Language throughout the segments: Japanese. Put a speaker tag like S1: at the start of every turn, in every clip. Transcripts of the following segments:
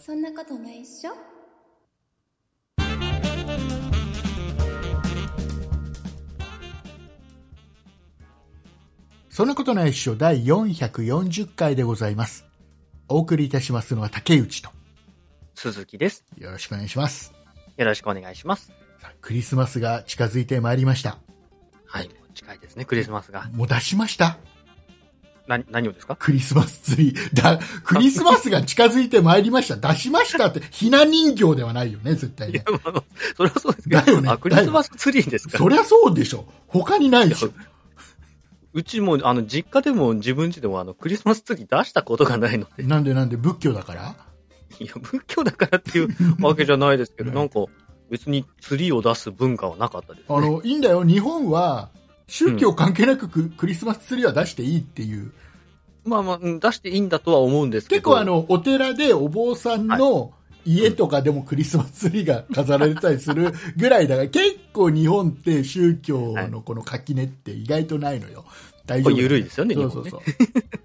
S1: そんなことないっしょ
S2: そんなことないっしょ第440回でございます。お送りいたしますのは竹内と。
S3: 鈴木です。
S2: よろしくお願いします。
S3: よろしくお願いします。
S2: さあクリスマスが近づいてまいりました。
S3: はい、もう近いですね、クリスマスが。
S2: もう出しました
S3: な、何をですか
S2: クリスマスツリー。だ、クリスマスが近づいてまいりました。出しましたって、ひな人形ではないよね、絶対
S3: いや
S2: ね。、
S3: まあ、それはそうですけど、
S2: だよね
S3: あ、クリスマスツリーですか
S2: そりゃそうでしょ。他にないでしょ。
S3: うちも、あの、実家でも自分家でも、あの、クリスマスツリー出したことがないので、
S2: なんでなんで仏教だから
S3: いや、仏教だからっ ていうわけじゃないですけど、
S2: うん
S3: なんか、別にツリーを出す文化はなかったです、ね。
S2: あの、いいんだよ。日本は、宗教関係なくククリスマスツリーは出していいっていう。
S3: まあまあ、うん出していいんだとは思うんですけ
S2: 結
S3: ど。
S2: 構あ、の、お寺でお坊さんの家とかでもクリスマスツリーが飾られてたりするぐらいだから、結構日本って宗教のこの垣根って意外とないのよ。大
S3: こ
S2: 丈夫。
S3: れ緩いですよね、
S2: そ
S3: 日
S2: うそ
S3: 本
S2: う
S3: ね。
S2: そ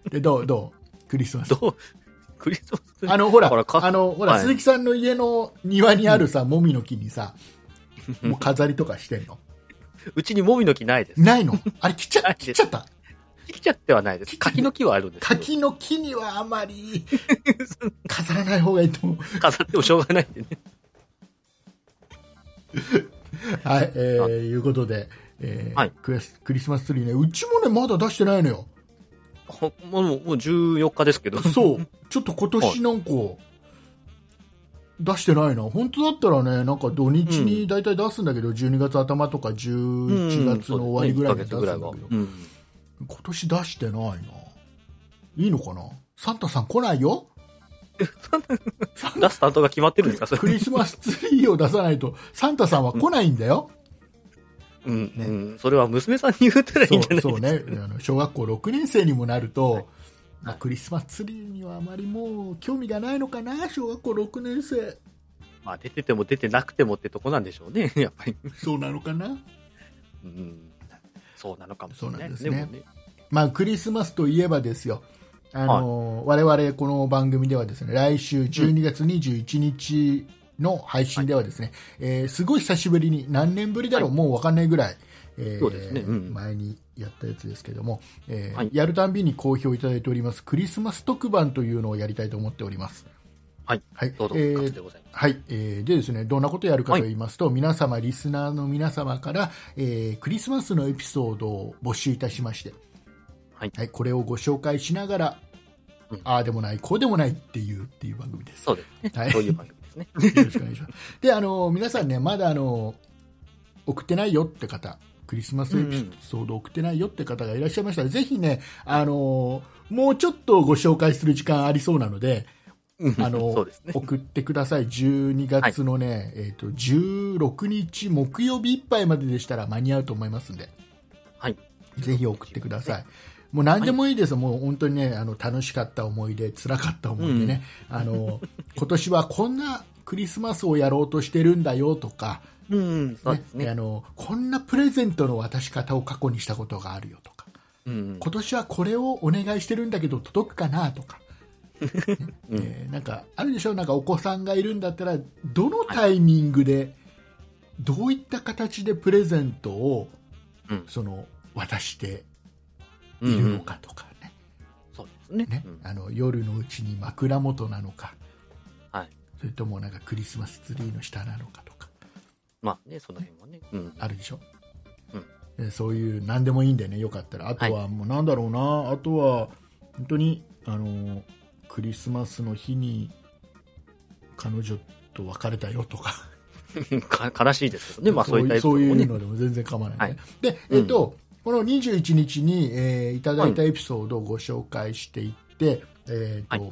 S2: う。で、どうどうクリスマス。
S3: どう、 クリスマスツリー。
S2: あの、ほら、
S3: ほらか
S2: あの、ほら、
S3: はい
S2: 鈴木さんの家の庭にあるさ、もみの木にさ、もう飾りとかしてんの
S3: うちにもみの木ないです。
S2: ないのあれ、切っち
S3: な
S2: ゃ、
S3: いです
S2: 切っちゃった。
S3: 来ちゃってはないです。柿の木はあるんですけど。
S2: 柿の木にはあまり飾らない方がいいと思う。
S3: 飾ってもしょうがないんでね。
S2: はい、えー、
S3: あ
S2: いうことで、えー
S3: はい
S2: クリスクリスマスツリーね、うちもね、まだ出してないのよ。
S3: ほもう、もう14日ですけど。
S2: そう。ちょっと今年なんか、出してないな。本当だったらね、なんか土日に大体出すんだけど、12月頭とか11月の終わりぐらいに出すんだけど、
S3: うん
S2: 今年出してないな。いいのかなサンタさん来ないよ
S3: 出す担当が決まってるんですか、それ。
S2: クリスマスツリーを出さないと、サンタさんは来ないんだよ。
S3: うん、うん。それは娘さんに言ったら いいんじゃない
S2: そうそうねあの小学校6年生にもなると、まあ、クリスマスツリーにはあまりもう興味がないのかな小学校6年生
S3: まあ、出てても出てなくてもってとこなんでしょう ね、やっぱり。
S2: そうなのかな、
S3: うん。そうなのかもしれない
S2: そうなん
S3: もね。
S2: まあ、クリスマスといえばですよあの、我々この番組ではですね来週12月21日の配信ではですね、えーすごい久しぶりに何年ぶりだろう、
S3: は
S2: もう分かんないぐらい、えー
S3: そうですねうん
S2: 前にやったやつですけども、えー
S3: はい
S2: やるたんびに好評いただいておりますクリスマス特番というのをやりたいと思っております。
S3: はい。
S2: はい、
S3: どうぞ、
S2: えー
S3: 勝つでございます。
S2: はい、えーでですね、どんなことをやるかと言いますと、皆様、リスナーの皆様から、えークリスマスのエピソードを募集いたしまして、
S3: はい
S2: これをご紹介しながら、
S3: うん
S2: ああでもない、こうでもないっていうっていう番組です。
S3: そうです
S2: は
S3: ね。
S2: い
S3: そういう番組ですね。
S2: よろしくお願いします。で、あの、皆さんね、まだあの、送ってないよって方、クリスマスエピソード送ってないよって方がいらっしゃいましたら、ぜひね、あの、もうちょっとご紹介する時間ありそうなので、
S3: うん
S2: あの
S3: そうですね。
S2: 送ってください、12月のね、えー、と16日木曜日いっぱいまででしたら間に合うと思いますんで、
S3: はい。
S2: ぜひ送ってください。もう何でもいいです、もう本当にね、あの楽しかった思い出、辛かった思い出ね、あの今年はこんなクリスマスをやろうとしてるんだよとか、
S3: うん、そう
S2: ね
S3: ですね。
S2: あの、こんなプレゼントの渡し方を過去にしたことがあるよとか、
S3: うん。
S2: 今年はこれをお願いしてるんだけど届くかなとか、
S3: うん
S2: えーなんかあるでしょなんかお子さんがいるんだったらどのタイミングでどういった形でプレゼントを、
S3: うん
S2: その渡して
S3: う
S2: いるの
S3: ん。
S2: かとかね,、
S3: そうですね。
S2: ね
S3: うん
S2: あの夜のうちに枕元なのか
S3: はい。
S2: それともなんかクリスマスツリーの下なのかとか
S3: まあね、その辺はね。うん。
S2: あるでしょ、
S3: うん
S2: えーそういう何でもいいんでねよかったらあとはもうなんだろうな、あとは本当にあのークリスマスの日に彼女と別れたよとか
S3: か悲しいですけどね。まあ、そういったエピソー
S2: そう
S3: ド
S2: い
S3: も
S2: う
S3: ね。
S2: のでも全然構わない、ね
S3: はい
S2: で、えっとこの21日に、えーいただいたエピソードをご紹介していって、えーと
S3: は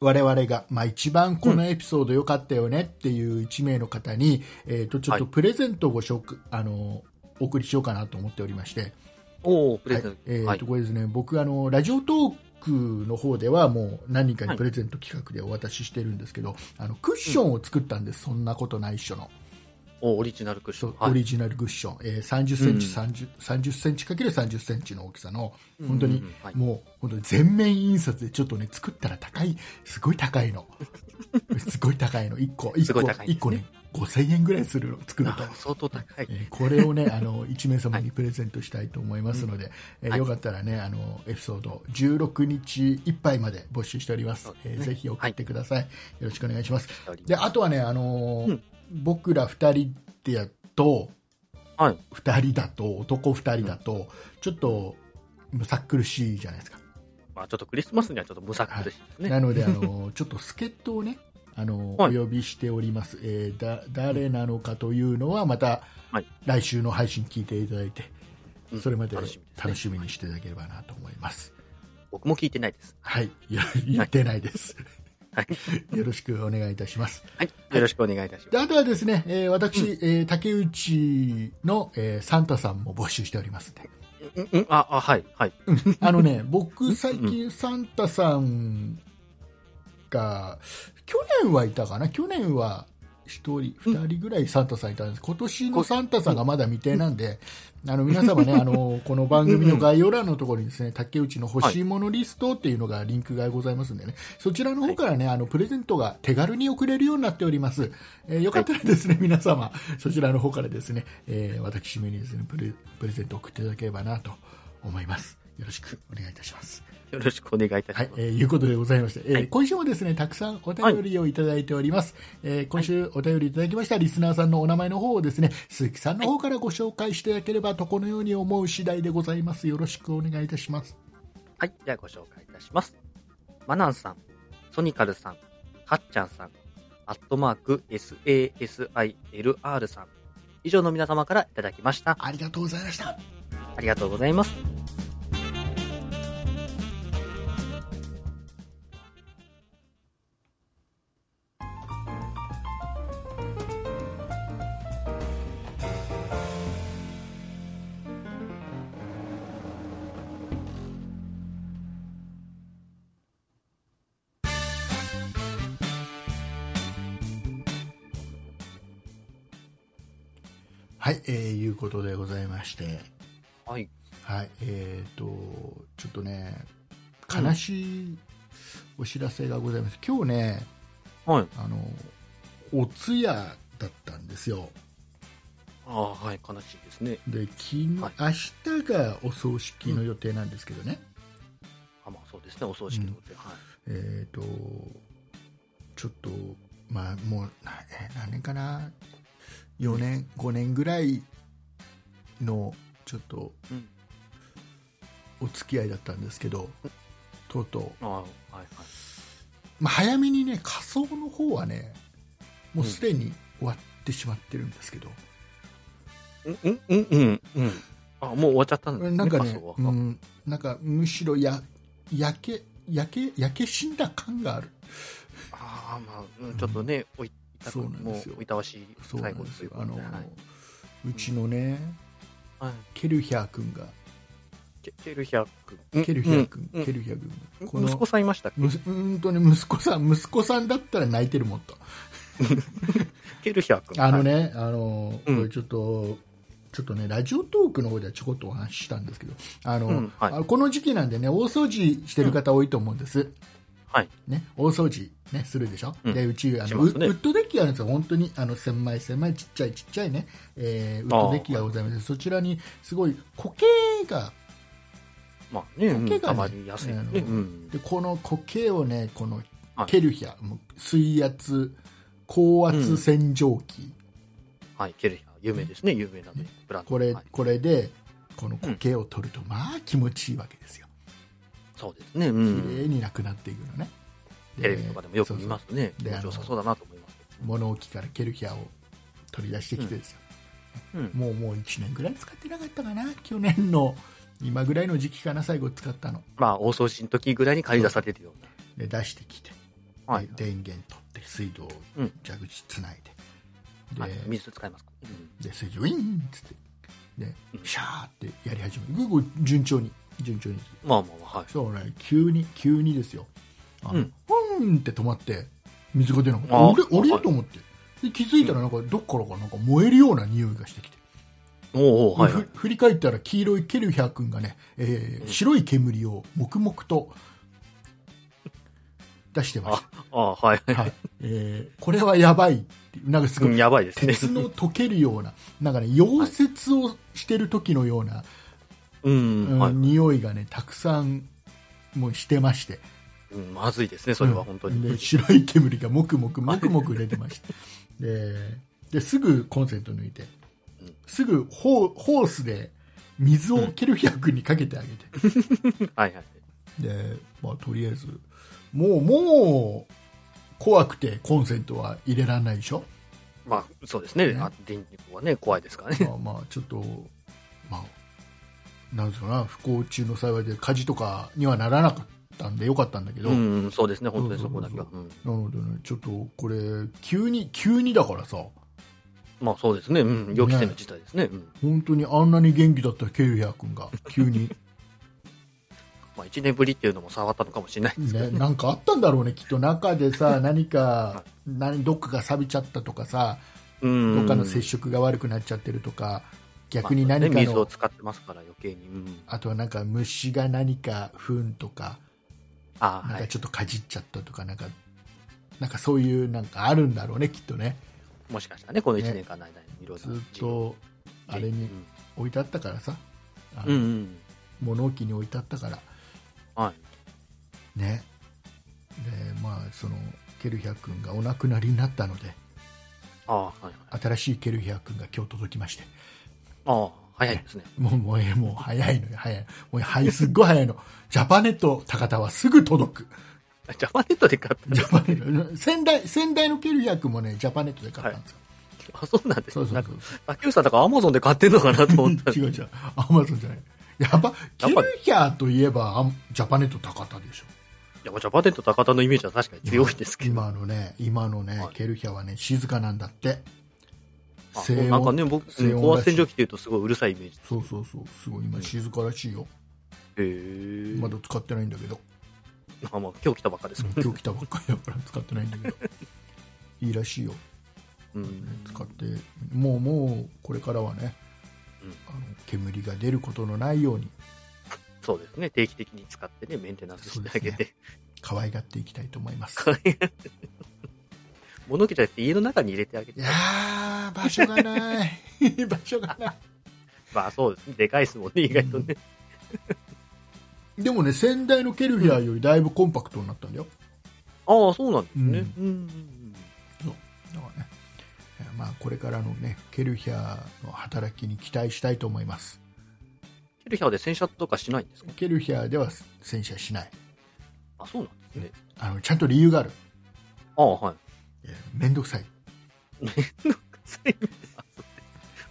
S2: 我々が、まあ、一番このエピソード良かったよねっていう1名の方に、えー、とちょっと
S3: は
S2: プレゼントをご紹介あのお送りしようかなと思っておりまして、
S3: おー、プ
S2: は
S3: レ
S2: い
S3: ゼント。
S2: えー
S3: はい
S2: とこれですね僕あのラジオトークの方ではもう何人かにプレゼント企画でお渡ししてるんですけど、あのクッションを作ったんです、そんなことないっしょの。
S3: おオリジナルクッシ
S2: そ
S3: ョン
S2: う。
S3: は
S2: オ
S3: い、
S2: リジナルグッション、えー30センチ、
S3: うん
S2: 30, 30センチかける30センチの大きさの、本当に、
S3: うんうんはい
S2: もう本当に全面印刷でちょっとね作ったら高いすごい高い のすごい高いの1個1
S3: す
S2: 個
S3: ごい高いんですね
S2: 一個ね5000円ぐらいするの作ると
S3: あ。相当高い。
S2: えーこれをね、あの、1名様にプレゼントしたいと思いますので、えー
S3: はい
S2: よかったらね、あの、エピソード16日いっぱいまで募集しております。
S3: そうです
S2: え
S3: ね
S2: ーぜひ送ってください,、よろしくお願いします。で、
S3: で
S2: あとはね、あのー
S3: うん
S2: 僕ら2人でやと、
S3: はい
S2: 2人だと、男2人だと、ちょっと、むさっ苦しいじゃないですか。
S3: まあ、ちょっとクリスマスにはちょっと無作苦しいですね。
S2: なので、あ のーちょっと助っ人をね、あのー
S3: はい
S2: お呼びしております、えーだ。誰なのかというのは、また、
S3: はい
S2: 来週の配信聞いていただいて、
S3: うん
S2: それまで
S3: 楽しみですね
S2: 楽しみにしていただければなと思います。
S3: 僕も聞いてないです。
S2: はい、いや言ってないです。
S3: はい。
S2: よろしくお願いいたします。
S3: はい。よろしくお願いいたし
S2: で
S3: ま
S2: あとはですね、えー私、えー竹内の、えーサンタさんも募集しておりますんで。
S3: す。うん、うん、あ、あ、はい、はい。
S2: あのね、僕、最近、サンタさんが、去年はいたかな、去年は1人、2人ぐらいサンタさんいたんです、今年のサンタさんがまだ未定なんで、あの皆様ね、 あのこの番組の概要欄のところにですね、竹内の欲しいものリストっていうのがリンクがございますんでね、そちらの方からね、あのプレゼントが手軽に送れるようになっております。えーよかったらですね、皆様、そちらの方からですね、えー私めにですねプレ、プレゼント送っていただければなと思います。よろしくお願いいたします。
S3: よろしくお願いいたしま
S2: はい
S3: す、。
S2: えーいうことでございまして、えー
S3: はい
S2: 今週もですね、たくさんお便りをいただいております。えー今週お便りいただきましたリスナーさんのお名前の方をですね、鈴木さんの方からご紹介していただければとこのように思う次第でございます。よろしくお願いいたします。
S3: はい。ではご紹介いたします。マナンさん、ソニカルさん、ハッちゃんさん、アットマーク、SASILR さん。以上の皆様からいただきました。
S2: ありがとうございました。
S3: ありがとうございます。
S2: はい、えーいうことでございまして、
S3: はい。
S2: はい、えーと、ちょっとね、悲しいお知らせがございます。今日ね、
S3: はい。
S2: あの、お通夜だったんですよ。
S3: ああ、はい。悲しいですね。
S2: で昨日
S3: はい
S2: 明日がお葬式の予定なんですけどね、
S3: あまあ、そうですね。お葬式のことで、はい。
S2: えっ、とちょっとまあもうなえ何年かな4年5年ぐらいのちょっと
S3: うん
S2: お付き合いだったんですけど、とうとう、
S3: ああ、はい、はい。
S2: まあ、早めにね仮装の方はねもうすでに終わってしまってるんですけど、
S3: うんうんうんうんうんあもう終わっちゃったんですね
S2: なんか
S3: 仮
S2: ね
S3: 装は、
S2: うん、なんかむしろや焼け焼け焼け死んだ感がある
S3: ああまあうんちょっとね、おいた
S2: そうなんですよ
S3: もういたわしい
S2: そうな
S3: 最
S2: ん
S3: 後
S2: で
S3: と
S2: す
S3: い
S2: よ
S3: うこ
S2: あ
S3: と
S2: の、
S3: で、はいう
S2: ちのね、
S3: はい、
S2: ケルヒャー君が、
S3: ケケルヒャー君
S2: ケルヒャー君、
S3: うん
S2: ケルヒャー君
S3: うん
S2: が、この
S3: 息子さんいましたっけ
S2: むすうーんとね、息子さん、息子さんだったら泣いてるもっと。
S3: ケルヒャー君
S2: あの、ね、あの、
S3: うん
S2: これちょっと、ちょっとね、ラジオトークの方ではちょこっとお話ししたんですけど、あの、
S3: うんはい
S2: あこの時期なんでね、大掃除してる方多いと思うんです。
S3: はい
S2: ね、大掃除、ね、するでしょ、
S3: うん
S2: でうちあ
S3: し
S2: の、
S3: ま
S2: ウウ
S3: すね
S2: ッドデッキがあるんですよ、本当にあの狭い狭いちっちゃいちっちゃいね、えーウッドデッキがございますそちらにすごい苔が
S3: まあね、うん
S2: 苔がね
S3: あまり安いね、
S2: あの
S3: うん
S2: でこの苔をねこの
S3: はい
S2: ケルヒャ、もう水圧高圧洗浄機、
S3: はいケルヒャー有名ですね有名なねブランド
S2: これ
S3: はい、
S2: これでこの苔を取ると、まあ気持ちいいわけですよ
S3: そうですねう
S2: 綺
S3: ん
S2: 麗になくなっていくのね、
S3: テレビとかでもよく見ますね
S2: そうそうで
S3: 気持ちよさそうだなと思いますけ
S2: そうそう物置からケルヒャを取り出してきてですよ、
S3: どうん
S2: もうもう1年ぐらい使ってなかったかな去年の今ぐらいの時期かな最後使ったの
S3: まあ大掃除の時ぐらいに借り出されるよう
S2: で出してきて、
S3: な、はい
S2: で電源取って水道
S3: うん
S2: 蛇口つないで、
S3: はい
S2: で、
S3: 水使いますか、うん
S2: で水上ウィーンっつってでシャーってやり始める結構順調に順調に
S3: まあまあまあはい
S2: そうね急に急にですよあの
S3: うん
S2: ふーんって止まって水が出なかった
S3: あ
S2: 俺
S3: は
S2: 俺
S3: い
S2: と思ってで気づいたらなんかどっからかなんか燃えるような匂いがしてきて、
S3: おうおうはいはい
S2: ふ。振り返ったら黄色いケルヒャー君がね、えー
S3: うん
S2: 白い煙を黙々と出してまし
S3: ああ、はい
S2: た、はいえーこれはやばいっていうなんかすご
S3: う
S2: い
S3: ん。やばいですね。
S2: 鉄の溶けるような、なんかね、溶接をしてる時のような、
S3: うん、
S2: うん
S3: はい。
S2: 匂いがね、たくさんもうしてまして、
S3: うんまずいですね、それ は本当
S2: うんで
S3: に。
S2: 白い煙がもくもくもくもく出てました。でですぐコンセント抜いて
S3: うん、
S2: すぐホーホースで水をケルヒャー君にかけてあげて、
S3: はいはい。
S2: で、まあ、とりあえず、もう、もう、怖くてコンセントは入れられないでしょ、
S3: まあ、そうですね。
S2: ね
S3: あ電力はね、怖いですからね。
S2: まあ、まあちょっと、まあ、なんですかな、不幸中の幸いで火事とかにはならなかったんでよかったんだけど、
S3: うん、そうですね、本当にそこだけは。うん
S2: なのでね、ちょっとこれ、急に、急にだからさ、
S3: まあそうですね、うん、予期せぬ事態ですね。うん
S2: 本当にあんなに元気だったケルヒャー君が、急に、
S3: まあ1年ぶりっていうのも触ったのかもしれないですけど
S2: ね、
S3: ね。
S2: なんかあったんだろうね、きっと中でさ、何か、何どっかが錆びちゃったとかさ、
S3: うん。
S2: どっかの接触が悪くなっちゃってるとか、逆に
S3: まあ
S2: 何
S3: ね
S2: か
S3: 水を
S2: の、
S3: 使ってますから余計に。うん。
S2: あとはなんか虫が何か糞とか、
S3: あ
S2: な
S3: あ、
S2: ん
S3: は
S2: か
S3: い。
S2: ちょっとかじっちゃったとか、なんか、なんかそういうなんかあるんだろうね、きっとね。
S3: もしかしたらね、この1年間の間にいろいろ
S2: ず
S3: な
S2: っと、あれに置いてあったからさ、あ
S3: うん。う
S2: の
S3: んうん。
S2: 物置に置いてあったから、
S3: はい。
S2: ね。で、まあ、その、ケルヒャー君がお亡くなりになったので、
S3: ああ、はいはい。
S2: 新しいケルヒャー君が今日届きまして、
S3: ああ、早いですね。
S2: もう、もう、えもう早いのよ、早い。もう、はい、すっごい早いの。ジャパネット高田はすぐ届く。
S3: ジャパネットで買ったんで
S2: ジ
S3: す
S2: ャパネット。仙台、仙台のケルヒャー君もね、ジャパネットで買ったんですよ。
S3: あ、そうなんです
S2: そうそ
S3: な
S2: うん
S3: か、
S2: そう。
S3: 竹内さんだからアマゾンで買ってんのかなと思ったんで
S2: 違う違う、アマゾンじゃない。やっぱ、ケルヒャーといえば、あジャパネット高田でしょ。
S3: いや、ジャパネット高田のイメージは確かに強いですけど。
S2: 今のね、今のね、
S3: はい
S2: ケルヒャーはね、静かなんだって。
S3: あ
S2: 静音
S3: なんかね、僕、
S2: 静音らしい
S3: 高圧洗浄機っていうとすごいうるさいイメージ。
S2: そうそうそう、すごい今静からしいよ。
S3: へえ。
S2: まだ使ってないんだけど、
S3: あまあ、今日来たばっかですもんね。
S2: 今日来たばっかりだから使ってないんだ けど。いいらしいよ、
S3: うん。
S2: 使って。もうもう、これからはね、
S3: うん
S2: あの煙が出ることのないように、
S3: そうですね。定期的に使ってね、メンテナンスしてあげ
S2: そうで
S3: て。
S2: 可愛がっていきたいと思います。
S3: 物置じゃなくて家の中に入れてあげ
S2: い
S3: て
S2: や。ー、場所がない。 場所がない。
S3: まあそうですね。でかいですもんね、意外とね。
S2: でもね、先代のケルヒャーよりだいぶコンパクトになったんだよ。
S3: ああ、そうなんですね。うん。うん
S2: だからね、えーまあこれからのね、ケルヒャーの働きに期待したいと思います。
S3: ケルヒャーで洗車とかしないんですか
S2: ケルヒャーでは洗車しない。
S3: あ、そうなんですね。
S2: あの、ちゃんと理由がある。
S3: ああ、 はい。
S2: えーめんどくさい。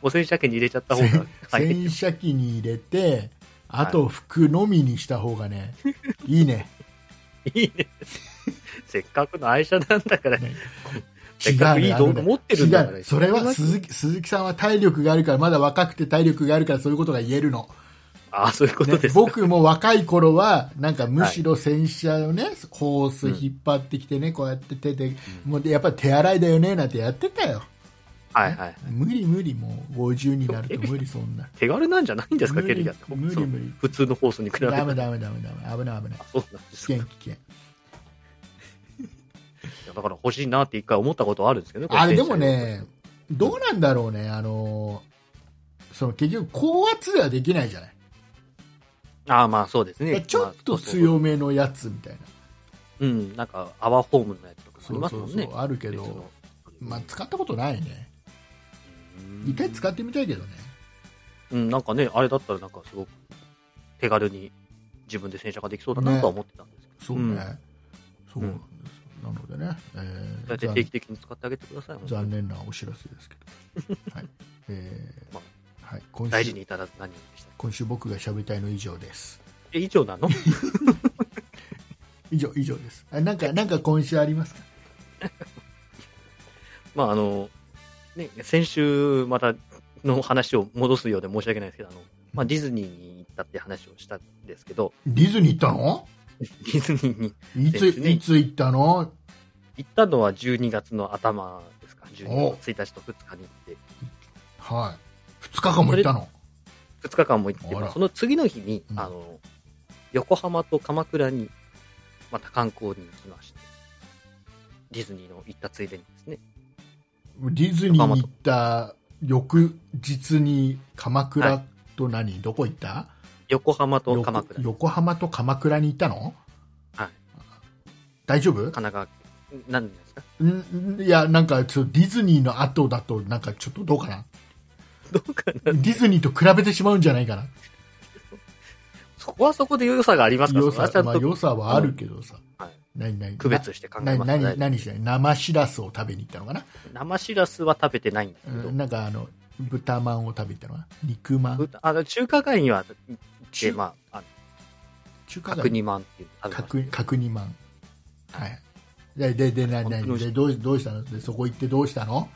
S3: お洗車機に入れちゃった方が早い。
S2: 洗車機に入れて、あと服のみにした方がね、い、いね。
S3: いいね。せっかくの愛車なんだから、
S2: ね
S3: せっかくいい
S2: あの
S3: 道
S2: ね
S3: 具持ってるんだから。
S2: 違うそれは鈴木鈴木さんは体力があるからまだ若くて体力があるからそういうことが言えるの、
S3: ああ、そういうこ
S2: ね
S3: とですか。
S2: 僕も若い頃はなんかむしろ洗車をね、ホース引っ張ってきてね、こうやって手で、もうでやっぱり手洗いだよねなんてやってたよ、
S3: はいはい。
S2: 無理無理もう50になると無理そんな
S3: 手軽なんじゃないんですか、
S2: 無
S3: ケ
S2: 理
S3: ルヒャーって。
S2: 無理
S3: そう
S2: 無理
S3: 普通のホースに比べて。
S2: ダメダメダメダメ危ない危ない
S3: あそうなんで
S2: 危
S3: すか。い
S2: 険危険
S3: やだから欲しいなって一回思ったことあるんですけどね。こ
S2: あれで
S3: 洗車
S2: もねどうなんだろうねあのその結局高圧ではできないじゃない
S3: 用。ああ、まあそうです
S2: だか
S3: ね。
S2: らちょっと
S3: まあそうそう
S2: 強めのやつみたいな、
S3: うん、なんか泡フォームのやつとかもあ
S2: そ
S3: り
S2: う
S3: ます
S2: そ
S3: も
S2: うんそ
S3: ね
S2: う。あるけ
S3: 別
S2: ど
S3: の、
S2: まあ、使ったことないね
S3: うん
S2: 一回使ってみたいけどね
S3: うん、なんかね、あれだったらなんかすごく手軽に自分で洗車ができそうだなとは思ってたんですけど、
S2: そうね、
S3: うん
S2: そうなんですよなのでね、え
S3: そうや
S2: ー
S3: って
S2: 残
S3: 定期的に使ってあげてください。
S2: 残念なお知らせです けど、はいえー
S3: ま
S2: はい、今週
S3: 大事に至らず何よりでした。
S2: 今週僕が喋りたいの以上です
S3: え、以上なの
S2: 以上以上ですあなんかなんか今週ありますか
S3: まあ、あの、ね、先週またの話を戻すようで申し訳ないですけど、あの、まあ、ディズニーに行ったって話をしたんですけど、
S2: ディズニー行ったの
S3: ディズニーに
S2: いつ
S3: ですね
S2: いつ行ったの
S3: 行ったのは12月の頭ですか12月1日と2日に行って、
S2: はい、2日間も行ったの。
S3: 2日間も行って、
S2: あら
S3: まあその次の日に、
S2: うん
S3: あの、横浜と鎌倉に、また観光に行きまして、ディズニーの行ったついでにですね。
S2: ディズニーに行った翌日に鎌
S3: は
S2: 倉と何、どこ行った
S3: 横浜と鎌
S2: 横
S3: 倉、神
S2: 横浜と鎌倉に行ったの
S3: はい
S2: 大丈夫
S3: 奈川県、んなんですか
S2: んんいやなんかちょっとディズニーの後だとなんかちょっとどうかな
S3: どうか
S2: デ
S3: な
S2: ィズニーと比べてしまうんじゃないかな
S3: そこはそこで良さがありますから、
S2: 良
S3: それは
S2: さ,、
S3: ちゃん
S2: まあ、
S3: と
S2: 良さはあるけどさ、
S3: はい
S2: 何何
S3: 区別して考え
S2: 何
S3: ます
S2: 何
S3: ね。
S2: 何しない生しらすを食べに行ったのかな、
S3: 生しらすは食べてないんですけど
S2: うん、なんかあの豚まんを食べに行ったのかな肉まん
S3: 豚あの中華街には行って、
S2: 中
S3: まあ、あの
S2: 中華
S3: 角
S2: 街
S3: 煮まんっていうのを食べました
S2: 角角煮まんはいででで何
S3: 本当に美
S2: 何
S3: 味しい
S2: でどうどうしたのでそこ行ってどうしたの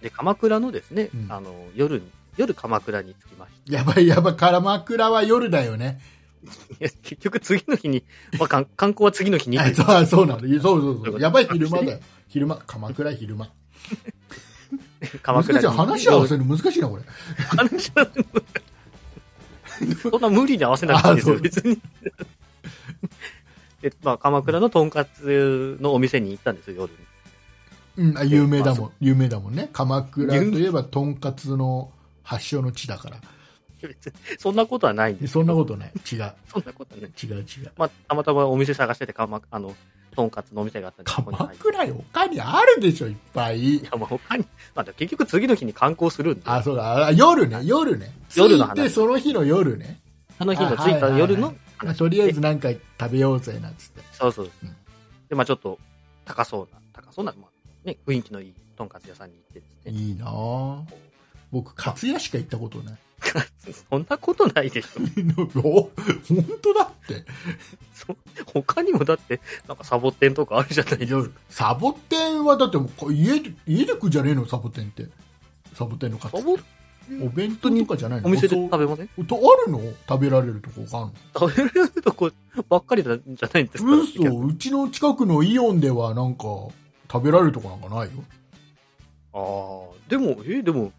S3: で、鎌倉のですね、
S2: うん
S3: あの、夜に、夜鎌倉に着きまし
S2: やばいやばい鎌倉は夜だよね
S3: た。いや結局次の日に、まあ、観観光は次の日に。
S2: あそうあそうなのそうそうそう
S3: そういうこと
S2: やばい昼間だよ昼間鎌倉昼間
S3: 鎌倉
S2: 難しい
S3: に。
S2: 話合わせるの難しいなこれ
S3: 話はそんな無理に合わせなくていいです
S2: あ
S3: よ、
S2: そう
S3: 別に。で、まあ、鎌倉のとんかつのお店に行ったんですよ、夜に。
S2: うんあ有名だ
S3: ま
S2: もん有名だもんね鎌倉といえばとんかつの発祥の地だから
S3: 別にそんなことはないんです。
S2: そんなことない違う
S3: そんなことはない。
S2: 違う違う
S3: まあ、たまたまお店探してて、鎌あの、とんかつのお店があったんで、そこに
S2: 鎌
S3: 入って。
S2: 倉よ他にあるでしょいっぱい
S3: いや、まあ、他に、まあ、結局次の日に観光するんで、
S2: あそうかあ夜ね夜ね
S3: 夜の
S2: 着い
S3: 話
S2: てその日の夜ね
S3: その日の
S2: あ
S3: 着いた夜
S2: は
S3: の
S2: い
S3: 話
S2: まあとりあえずなんか食べようぜなんつって
S3: そうそう。
S2: うん
S3: で、まあちょっと、高そうな、高そうな、まあね、雰囲気のいいとんかつ屋さんに行ってですね。
S2: いいなあ僕かつやしか行ったことない
S3: そんなことないでしょ。
S2: お本当だって
S3: そ他にもだって、なんかサボテンとかあるじゃないで
S2: い
S3: す
S2: や
S3: か。
S2: サボテンはだってもうこ家で家で食うじゃねえのサボテンってサボテンのカツ
S3: サボ
S2: お弁当とかじゃないの
S3: お店で
S2: お
S3: 食べません
S2: そうあるの食べられるとこがある
S3: 食べられるとこばっかりなんじゃないんですか
S2: の嘘うちの近くのイオンではなんか食べられるとこなんかないよ
S3: ああ、でも、え、でも、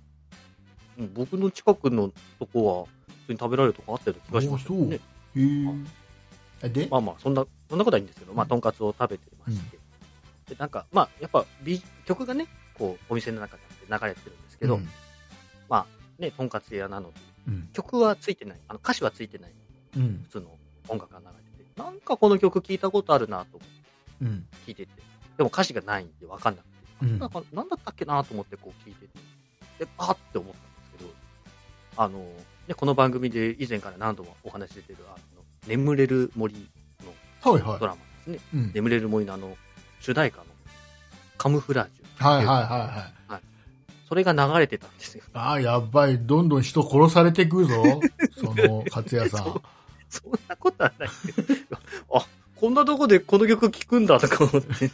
S3: うん僕の近くのとこは、普通に食べられるとこあったような気がしましたけどね。
S2: へえで、
S3: まあまあ、そんな、そんなことはいいんですけど、まあ、とんかつを食べてまして、で、なんか、まあ、やっぱ、美曲がね、こう、お店の中で流れてるんですけど、
S2: うん
S3: ね、とんかつ屋なので、
S2: うん
S3: 曲はついてない、あの歌詞はついてない、
S2: うん
S3: 普通の音楽が流れてて、なんかこの曲聞いたことあるなと思って
S2: うん
S3: 聞いてて、でも歌詞がないんで分かんなくて、
S2: うん
S3: なんか、なんだったっけなと思ってこう聞いてて、で、パーって思ったんですけど、あの、ね、この番組で以前から何度もお話し出てる、あの、眠れる森
S2: はい
S3: ド
S2: は
S3: ラマですね。
S2: い、うん、
S3: 眠れる森のあの主題歌のカムフラージュ、
S2: はいはいはいはい
S3: それが流れてたん ですよ。
S2: ああやばいどんどん人殺されてく ぞそのカツ屋さん
S3: そんなことはないけど、あこんなとこでこの曲聴くんだとか思って、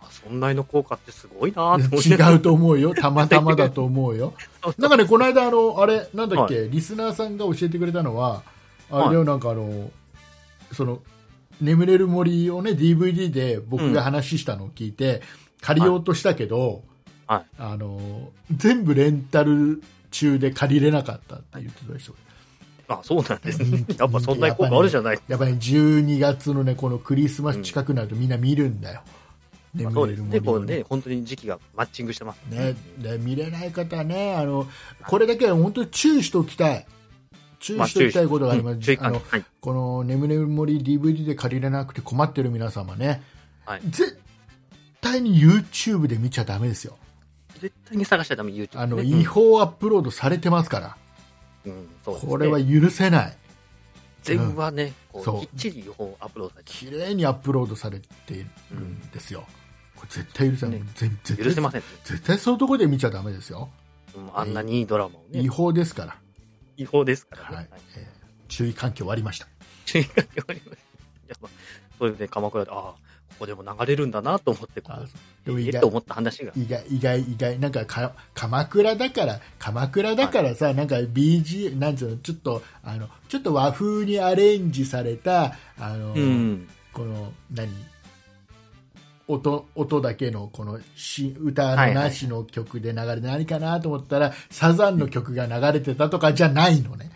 S3: あそんなにの効果ってすごいなと思って、
S2: 違うと思うよ、たまたまだと思 うよ
S3: そう。そ
S2: なんかね、この間、あの、あれ、なんだっけ、リスナーさんが教えてくれたのは、あ
S3: はい
S2: れをなんかあの、その、眠れる森をね、DVD で僕が話したのを聞いて、借りようとしたけど、
S3: はい
S2: あの、全部レンタル中で借りれなかったって言ってた人が
S3: あそうなんです
S2: う
S3: ね
S2: ん、
S3: やっぱそんなに効果あるじゃない、
S2: やっぱり、ね、12月のね、このクリスマス近くなるとみんな見るんだよ。
S3: まあ、そうですね、こうね、本当に時期がマッチングしてます
S2: ね、で見れない方はねあのこれだけは本当に注意しておきたい注意しておきたいことがあります、
S3: うん注意喚
S2: あの
S3: 起はい、
S2: この「眠れる森」DVD で借りれなくて困ってる皆様ね、
S3: はい
S2: 絶対に YouTube で見ちゃダメですよ
S3: 絶対に探しちゃダメ、YouTube
S2: あの、
S3: ね
S2: 違法アップロードされてますから
S3: うんうんそうですね
S2: これは許せない
S3: 全話ね、こ
S2: そう
S3: うきっちり予報アップロードされて
S2: 綺麗にアップロードされてるんですよ、これ絶対許せない、
S3: ね
S2: 全絶対
S3: 許せませんね、
S2: 絶対そういうところで見ちゃダメですよ、
S3: うんあんなにいいドラマをね
S2: 違、法ですから、
S3: 違法ですからね。
S2: は
S3: はいい
S2: えー注意喚起終わりました
S3: 注意喚起終わりま した。やっぱ、そういうね、鎌倉で、ああ、ここでも流れるんだなと思って、こ
S2: あ
S3: う、
S2: でも
S3: え
S2: 意
S3: え
S2: 外
S3: と思った話が。
S2: 意外意外意外なんかか鎌倉だから鎌倉だからさ、なんか BG なんつうのちょっとあのちょっと和風にアレンジされたあの、
S3: うん。
S2: この何音音だけのこのし歌のなしの曲で流れて何かなと思ったら、サザンの曲が流れてたとかじゃないのね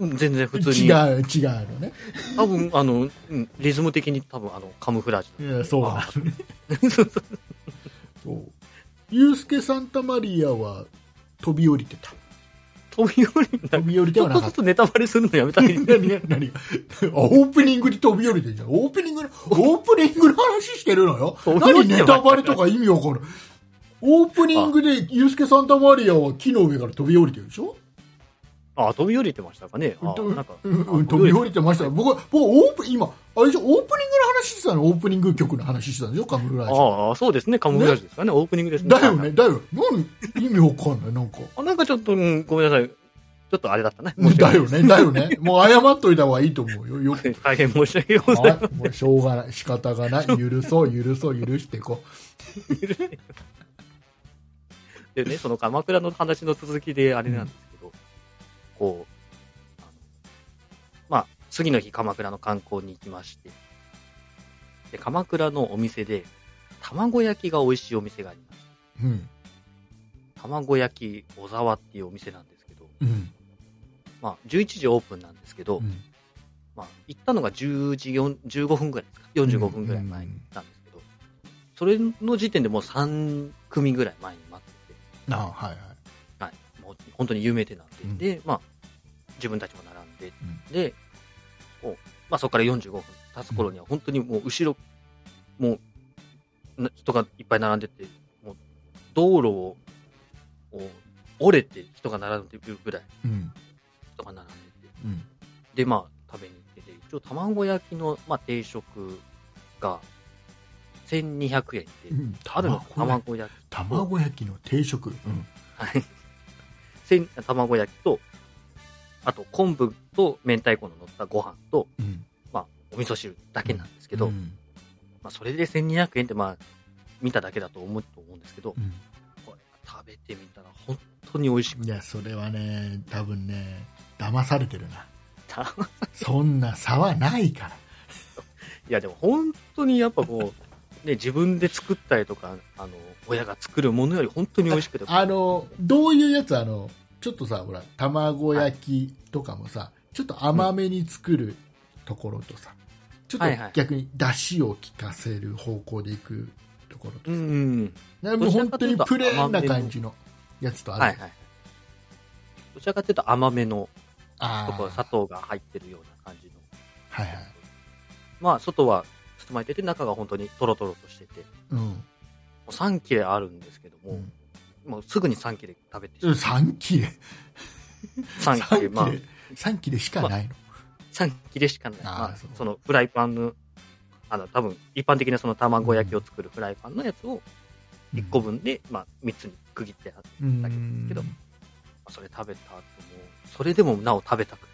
S3: うん全然普通に
S2: 違う違うのね
S3: 多分あの、うんリズム的に多分あのカムフラージ
S2: いやそう なのね
S3: ュそうそう
S2: そうユースケ・サンタマリアは飛び降りてた
S3: 飛び降りるんだ
S2: 飛び降り
S3: ち
S2: て
S3: ょ
S2: は
S3: っ
S2: な
S3: と
S2: かっ
S3: ず
S2: た
S3: つネタバレするのやめたらいい
S2: 何何何がオープニングに飛び降りてんじゃん。オープニングの、オープニングの話してるのよ。
S3: 飛び降
S2: 何
S3: りて
S2: ネ
S3: ました
S2: タバレとか意味わかんない。オープニングでユースケ・サンタマリアは木の上から飛び降りてるでしょ
S3: あ飛び降りてましたかねあ
S2: うん
S3: なんか
S2: うんうん
S3: あ
S2: 飛び降
S3: り
S2: りてました。僕、僕、オープン、今、あれでしょ、オープニングの話してたのオープニング曲の話してたんでしょカムフラージュ。
S3: ああそうですねカムフラージュですかねオープニングですね
S2: だよね、だよ。何意味わかんない、なんか。
S3: あなんかちょっと、うんごめんなさいちょっとあれだったね
S2: もう だよね、だよね。もう謝っといた方がいいと思うよ。よく
S3: 大変申し訳ございません
S2: はい、もうしょうがない、仕方がない、許そう、許そう、許していこ
S3: でね、その鎌倉の話の続きであれなんですけど、こう、あのまあ、次の日鎌倉の観光に行きまして、で、鎌倉のお店で、卵焼きが美味しいお店がありまし
S2: う。うん、
S3: た。卵焼き小沢っていうお店なんですけど、
S2: うん、
S3: まあ、11時オープンなんですけど、
S2: うん
S3: まあ、行ったのが10時4 15分ぐらいですか、45分ぐらい前に行ったんですけど、それの時点でもう3組ぐらい前に待ってて、
S2: ああ、はいはい。
S3: はい、もう本当に有名店なんで、
S2: うん
S3: で、まあ、自分たちも並んで、で、こうまあ、そこから45分経つ頃には、本当にもう後ろ、もう、な人がいっぱい並んでて、もう、道路を、こう折れて人が並んでるぐらい
S2: うん、
S3: 人が並んでて、
S2: うん、
S3: で、まあ、食べに行ってて、一応、卵焼きの、まあ、定食が、1200円で、
S2: うん、
S3: 春の
S2: 卵
S3: 卵焼きと、
S2: 卵焼きの定食。うん、
S3: はい。せん卵焼きと、あと昆布と明太子の乗ったご飯と、
S2: うん、
S3: まあ、お味噌汁だけなんですけど、
S2: うん、
S3: まあ、それで1200円って、まあ、見ただけだと思うと思うんですけど、
S2: うん
S3: これ食べてみたら本当に美味しく
S2: いや、それはね、多分ね、騙されてるな。
S3: た。
S2: そんな差はないから。
S3: いや、でも本当にやっぱこう、ね、自分で作ったりとか、あの、親が作るものより本当に美味しくて。
S2: あの、どういうやつ、あの、ちょっとさ、ほら、卵焼きとかもさ、ちょっと甘めに作るところとさ、ちょっと
S3: はいはい
S2: 逆に出汁を効かせる方向でいくところと
S3: うんうん。
S2: ねもう本当にプレーンな感じのやつとある。
S3: はいはい。どちらかというと甘めの、
S2: あ
S3: と
S2: ー
S3: こ砂糖が入ってるような感じの。
S2: はいはい。
S3: まあ、外は包まれてて、中が本当にトロトロとしてて、も
S2: うん。
S3: う3切れあるんですけども、もうすぐに3切れ食べてしまう、
S2: 3切れ。
S3: 3切れ、
S2: 3
S3: まあ
S2: 切、れ。三切れしかないの。
S3: 3切れしかない。
S2: あー
S3: まあ
S2: そう、
S3: そのフライパンの、あの、多分、一般的なその卵焼きを作るフライパンのやつを
S2: うん
S3: 1個分で、まあ、3つに区切ってあって、
S2: うん
S3: だけですけどそれ食べた後も、それでもなお食べたくなっ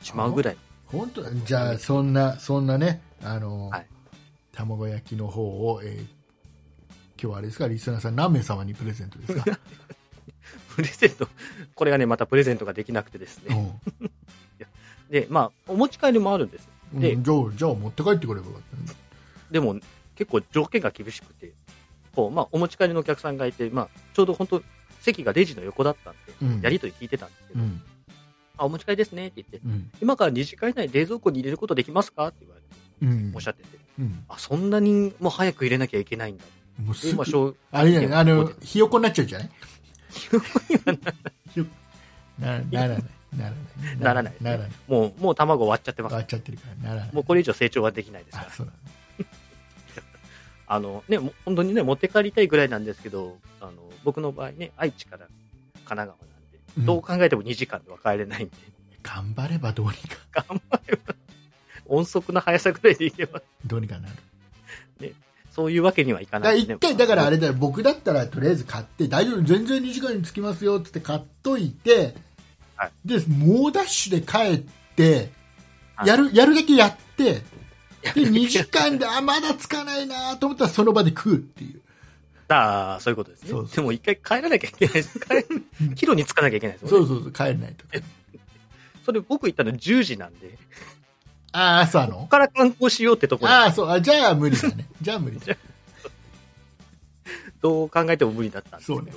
S3: てしまうぐらい。
S2: 本当じゃあそんなそんなねあの、
S3: はい
S2: 卵焼きの方を、えー今日はあれですかリスナーさん何名様にプレゼントですか、
S3: プレゼント、これがね、またプレゼントができなくてです
S2: う
S3: ね。
S2: ん
S3: で、まあ、お持ち帰りもあるんです。で
S2: うんじゃあじゃあ持って帰ってくればよかったね
S3: でも結構条件が厳しくて、こうまあ、お持ち帰りのお客さんがいて、まあ、ちょうど本当、席がレジの横だったんで、
S2: うん
S3: やりとり聞いてたんですけ
S2: う
S3: ど、
S2: ん
S3: あ、お持ち帰りですねって言って、
S2: うん
S3: 今から2時間以内に冷蔵庫に入れることできますかって言われて、
S2: うん
S3: おっしゃってて、
S2: うん
S3: あ、そんなにもう早く入れなきゃいけな いんだって。
S2: もうす
S3: で
S2: ぐ
S3: まあ、しょう
S2: あれじゃないあの
S3: こう
S2: ひよこになっちゃうじゃないひよこにはならないならない
S3: ならない
S2: ならない
S3: もう、もう卵割っちゃってます
S2: 変わ。っちゃってるからならない
S3: もうこれ以上成長はできないですか
S2: あ
S3: ら。
S2: そうだね
S3: あのね、も本当にね、持って帰りたいぐらいなんですけど、あの僕の場合ね、愛知から神奈川なんで、
S2: うん
S3: どう考えても2時間では帰れないんで、
S2: 頑張ればどうにか
S3: 頑張れば、音速の速さぐらいでいけば、
S2: どうにかなる
S3: そういうわけにはいか
S2: だか
S3: な
S2: ら
S3: い、
S2: 一回、だからあれだよ、僕だったらとりあえず買って、大丈夫、全然2時間に着きますよって買っといて、
S3: はい
S2: で、猛ダッシュで帰って、
S3: はい
S2: やる、やるだけやって、で、2時間で、あ、まだ着かないなと思ったらその場で食うっていう。
S3: だそういうことですね。
S2: そうそう
S3: でも一回帰らなきゃいけないです。帰る
S2: うん
S3: 帰路につかなきゃいけないですもんね。
S2: そうそうそう、帰れないとか。
S3: それ僕行ったの10時なんで、
S2: ああ、朝
S3: ここ
S2: の
S3: から観光しようってとこ ろ
S2: ああ、そう、あじゃあ無理だね。じゃあ無理だ。
S3: どう考えても無理だったんですけど、
S2: そうね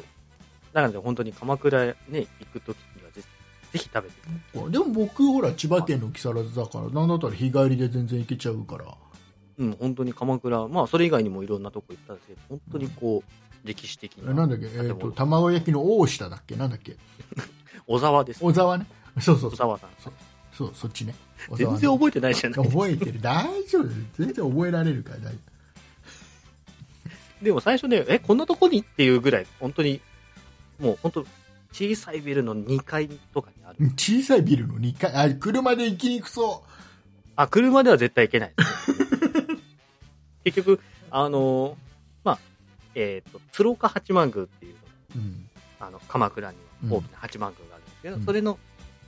S3: なので本当に鎌倉ね行く時にはぜぜひ食べてください
S2: でも僕ほら千葉県の木更津だからなんだったら日帰りで全然行けちゃうから
S3: うん本当に鎌倉まあそれ以外にもいろんなとこ行ったんですけど本当にこう歴史的
S2: えな
S3: なん
S2: だっけ、えー、
S3: 建
S2: と
S3: 物
S2: 卵焼きの大下だっけなんだっけ
S3: 小沢です
S2: 小沢ねそうそうそ
S3: 小
S2: う
S3: 沢さん
S2: そうそっちね小
S3: 全
S2: 沢ね
S3: 然覚えてないじゃない
S2: 覚えてる大丈夫全然覚えられるから大丈
S3: でも最初ねえこんなとこにっていうぐらい本当にもう本当小さいビルの2階とかにある
S2: 夫小さいビルの2階あ車で行きにくそ
S3: あ、車では絶対行けないですね、 結局、あのーまあ、えっ、と、鶴岡八幡宮っていう、
S2: う、うん、
S3: あの、鎌倉に
S2: うん
S3: は大きな八幡宮があるんですけど、
S2: うん
S3: それの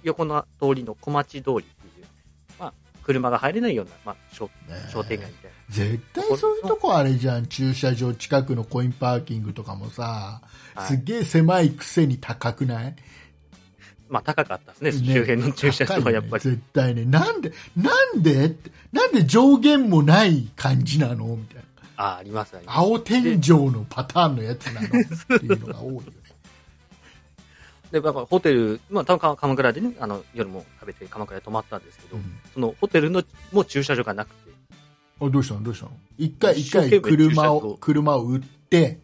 S3: 横の通りの小町通りっていう、まあ、車が入れないような、まあ、商
S2: ねえ
S3: 商店街みたい
S2: 絶対そういうとこあれじゃん駐車場近くのコインパーキングとかもさ、
S3: な。はい
S2: すっげえ狭いくせに高くない
S3: まあ、高かったですね、
S2: ね
S3: 周辺の駐車場はやっぱり。
S2: 高いよね絶対ねなんでなんでってなんで上限もない感じなのみたいな
S3: あ、あります、あります。
S2: 青天井のパターンのやつなのっていうのが多いよね
S3: で、だからホテル、まあ、た鎌倉でね、あの、夜も食べて鎌倉で泊まったんですけど、
S2: うん
S3: そのホテルの、もう駐車場がなくて、
S2: あどうしたのどうしたの一回一
S3: 一生懸
S2: 回車
S3: 命駐車
S2: を
S3: 場
S2: 車を売って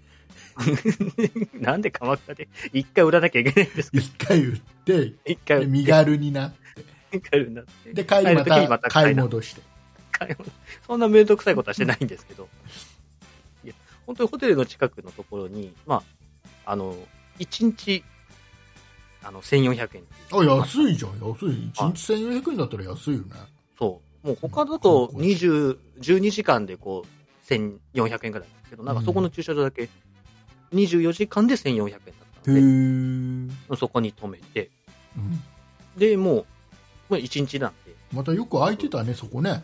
S3: なんで鎌倉で一回売らなきゃいけないんですか
S2: 一回売って
S3: 一
S2: で
S3: 回売
S2: 身軽になって
S3: って帰るんだって。
S2: で帰りま
S3: 帰る時に
S2: た
S3: ま
S2: 買
S3: た買
S2: い
S3: いな
S2: 戻して
S3: 買い物 そんなめんどくさいことはしてないんですけど。いや、本当にホテルの近くのところに、まあ、あの、1日、あの、1400円。
S2: あ安いじゃん安い一日1400円だったら安いよね
S3: そう。もう他だと20、12時間でこう、1400円ぐらいなんですけど、なんかそこの駐車場だけ、24時間で1400円だった
S2: へえ、
S3: ので、
S2: うん、
S3: そこに止めて、で、もう、まあ1日なんで、
S2: またよく空いてたねそこね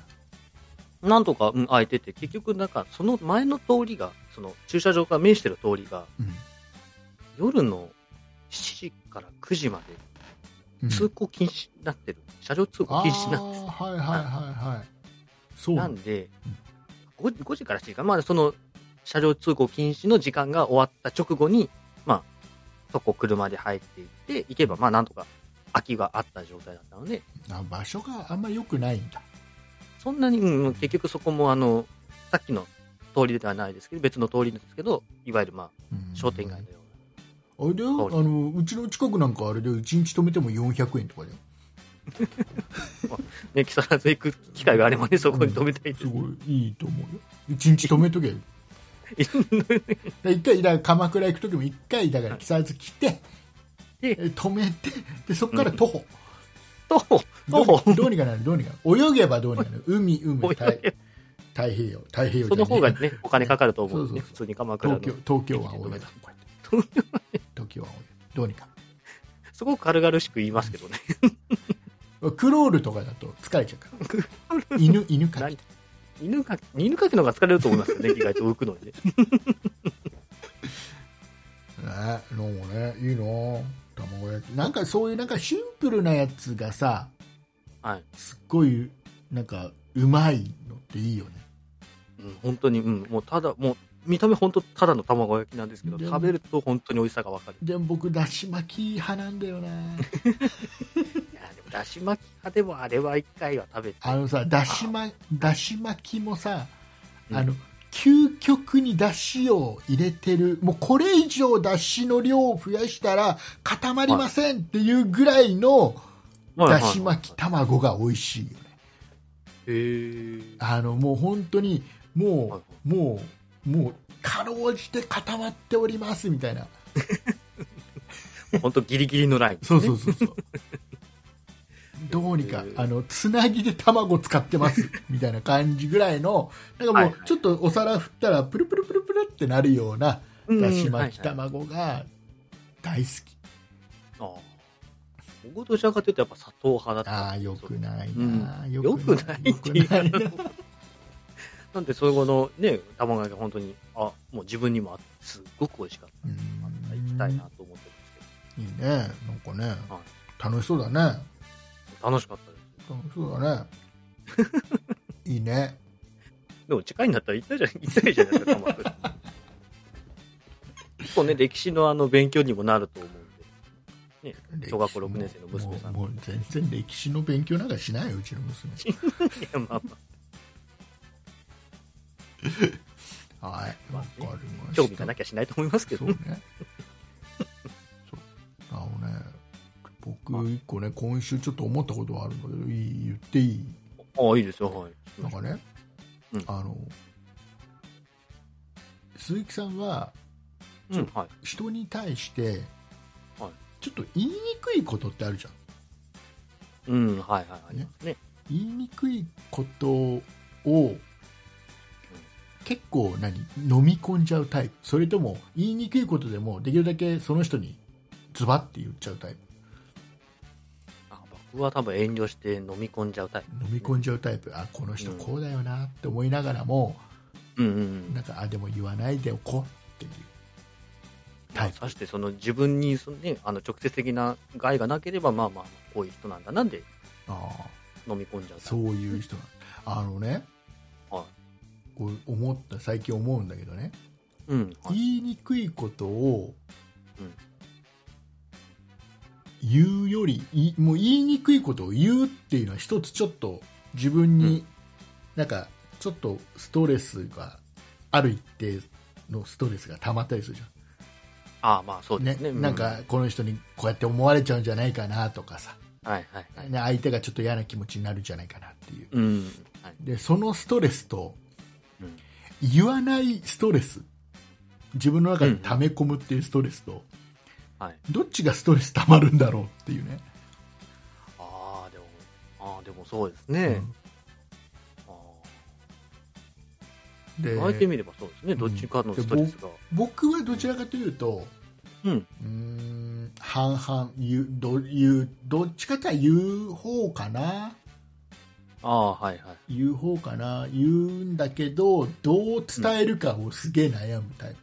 S3: なんとか、うん、空いてて、結局、なんか、その前の通りが、その駐車場が面してる通りが、
S2: うん
S3: 夜の7時から9時まで
S2: うん
S3: 通行禁止になってる、車両通行禁止になって
S2: あーはいはいはいはいそう
S3: る。なんで、5, 5時から7時か、まあ、その車両通行禁止の時間が終わった直後に、まあ、そこ車で入っていって、行けば、まあ、なんとか空きがあった状態だったので、
S2: あ場所があんまり良くないんだ
S3: そんなに、うん、結局そこも、あの、さっきの通りではないですけど、別の通りですけど、いわゆる、まあ、
S2: うん
S3: 商店街のような。
S2: あれだよあのうちの近くなんかあれで1日止めても400円とかだよ
S3: ね、木更津行く機会があればね、そこに止めたいです
S2: すごいいいと思うよ1日止めとけよで一回だから鎌倉行く時も1回だから木更津来て
S3: で
S2: え止めてでそこから徒歩
S3: と、
S2: ど
S3: 徒
S2: う
S3: 歩
S2: どうにかなるどうにかなる泳げばどうにかなる 海海太太平洋太平洋じゃ
S3: そ
S2: ね
S3: の
S2: え
S3: 方がね、お金かかると思うんでね、
S2: そうそうそう
S3: 普通に鎌倉の
S2: 東。京東京は泳げだこうやって東京は泳げどうにか
S3: すごく軽々しく言いますけどね。
S2: クロールとかだと疲れちゃう から犬犬か
S3: 何犬か、犬かきの方が疲れると思いますよね、意 外と浮くのにね。
S2: ね、のもねいいな卵焼きなんかそういうなんかシンプルなやつがさ
S3: はい。
S2: すっごいなんかうまいのっていいよね
S3: うん、本当に、うん、もうただ、もう、見た目本当ただの卵焼きなんですけど、
S2: でも
S3: 食べると本当に美味しさがわかる。
S2: でも僕だし巻き派なんだよ な
S3: いや、でも、だし巻き派でもあれは一回は食べて。
S2: あのさだし,、ま、だし巻きもさ
S3: うん
S2: あの、究極にだしを入れてるもうこれ以上だしの量を増やしたら固まりませんっていうぐらいの
S3: はい
S2: だ
S3: はい
S2: し巻き卵が美味しいよね
S3: へー
S2: あのもう本当にもう、
S3: はい
S2: もうもうかろうじて固まっておりますみたいな
S3: 本当ギリギリのライン。
S2: そうそうそうそう どうにか
S3: えー
S2: あのつなぎで卵使って ますみたいな感じぐらいのなんか
S3: はい
S2: も
S3: は
S2: う
S3: い
S2: ちょっとお皿振ったらプルプルプルプルってなるような
S3: うん
S2: だし巻き
S3: はいはい
S2: 卵が大好き、
S3: ああ。僕どちらかというとやっぱ砂糖派だった
S2: ああーよくないな、
S3: うん
S2: よくない
S3: よくないって
S2: よくないな
S3: なんで、その後のね、卵焼き本当に、あ、もう自分にもあって、すっごく美味しかった。また行きたいなと思ってるんです
S2: いいねなんかね、
S3: は
S2: 楽しそうだね
S3: けど、楽しかったで
S2: 楽しそうだねいいね
S3: す。でも、近いんだったら行ったじゃん、行ったらいいじゃないですか、鎌倉。結構ね、歴史のあの勉強にもなると思うんで。小学校六年生の娘さん
S2: もうもう全然歴史の勉強なんかしないようちの娘
S3: いや、まあま
S2: はい
S3: ま
S2: わ
S3: あ
S2: か
S3: ね
S2: りました
S3: あ、興味がなきゃしないと思いますけど
S2: そう
S3: ね。
S2: ねそうあのね僕一個ね今週ちょっと思ったことがあるんだけどいい言っていい
S3: ああ、いいですよ、はい。
S2: なんかね、
S3: うん
S2: あの鈴木さんは
S3: うん、はい。
S2: 人に対して、
S3: はい
S2: ちょっと言いにくいことってあるじゃん
S3: うん、はいはい、ありますね。
S2: 言いにくいことを結構何飲み込んじゃうタイプそれとも言いにくいことでもできるだけその人にズバッて言っちゃうタイプ
S3: あ僕は多分遠慮して飲み込んじゃうタイ
S2: 飲み込んじゃうタイプあこの人こうだよなって思いながらも、
S3: プ。うんうんうん。
S2: なんかあでも言わないでおこうっていうタイプ
S3: さしてその自分にその、ね、あの直接的な害がなければ、まあまあ、こういう人なんだなんで
S2: ああ
S3: 飲み込んじゃうタ
S2: そ
S3: イ
S2: う
S3: プ。
S2: いう人なんあのね
S3: は
S2: こう思った最近思うんだけどね、
S3: い。うん、はい。
S2: 言いにくいことを
S3: うん
S2: 言うよりいもう言いにくいことを言うっていうのは一つちょっと自分
S3: う
S2: に
S3: ん
S2: なんかちょっとストレスがある一定のストレスが溜まったりするじゃ、
S3: ああ、まあそうんですね。
S2: ね
S3: う
S2: なんかこの人にこうやって思われちゃうんじゃないかなとかさ、
S3: はいはいはい。
S2: ね、相手がちょっと嫌な気持ちになるんじゃないかなっていう
S3: うん。はい。
S2: でそのストレスと
S3: うん
S2: 言わないストレス自分の中に溜め込むっていうストレスと、
S3: はい。
S2: どっちがストレス溜まるんだろうっていうね、
S3: ああ、でも、ああ、でもそうですね。
S2: う
S3: あ
S2: ん
S3: あ
S2: で
S3: 言われてみればそうですね。どっちかのストレスが。
S2: 僕はどちらかというと
S3: うん。
S2: うーん半々言うど言うどっちかとは言う方かな
S3: ああ、はいはい。
S2: 言う方かな言うんだけどどう伝えるかをすげえ悩むタイ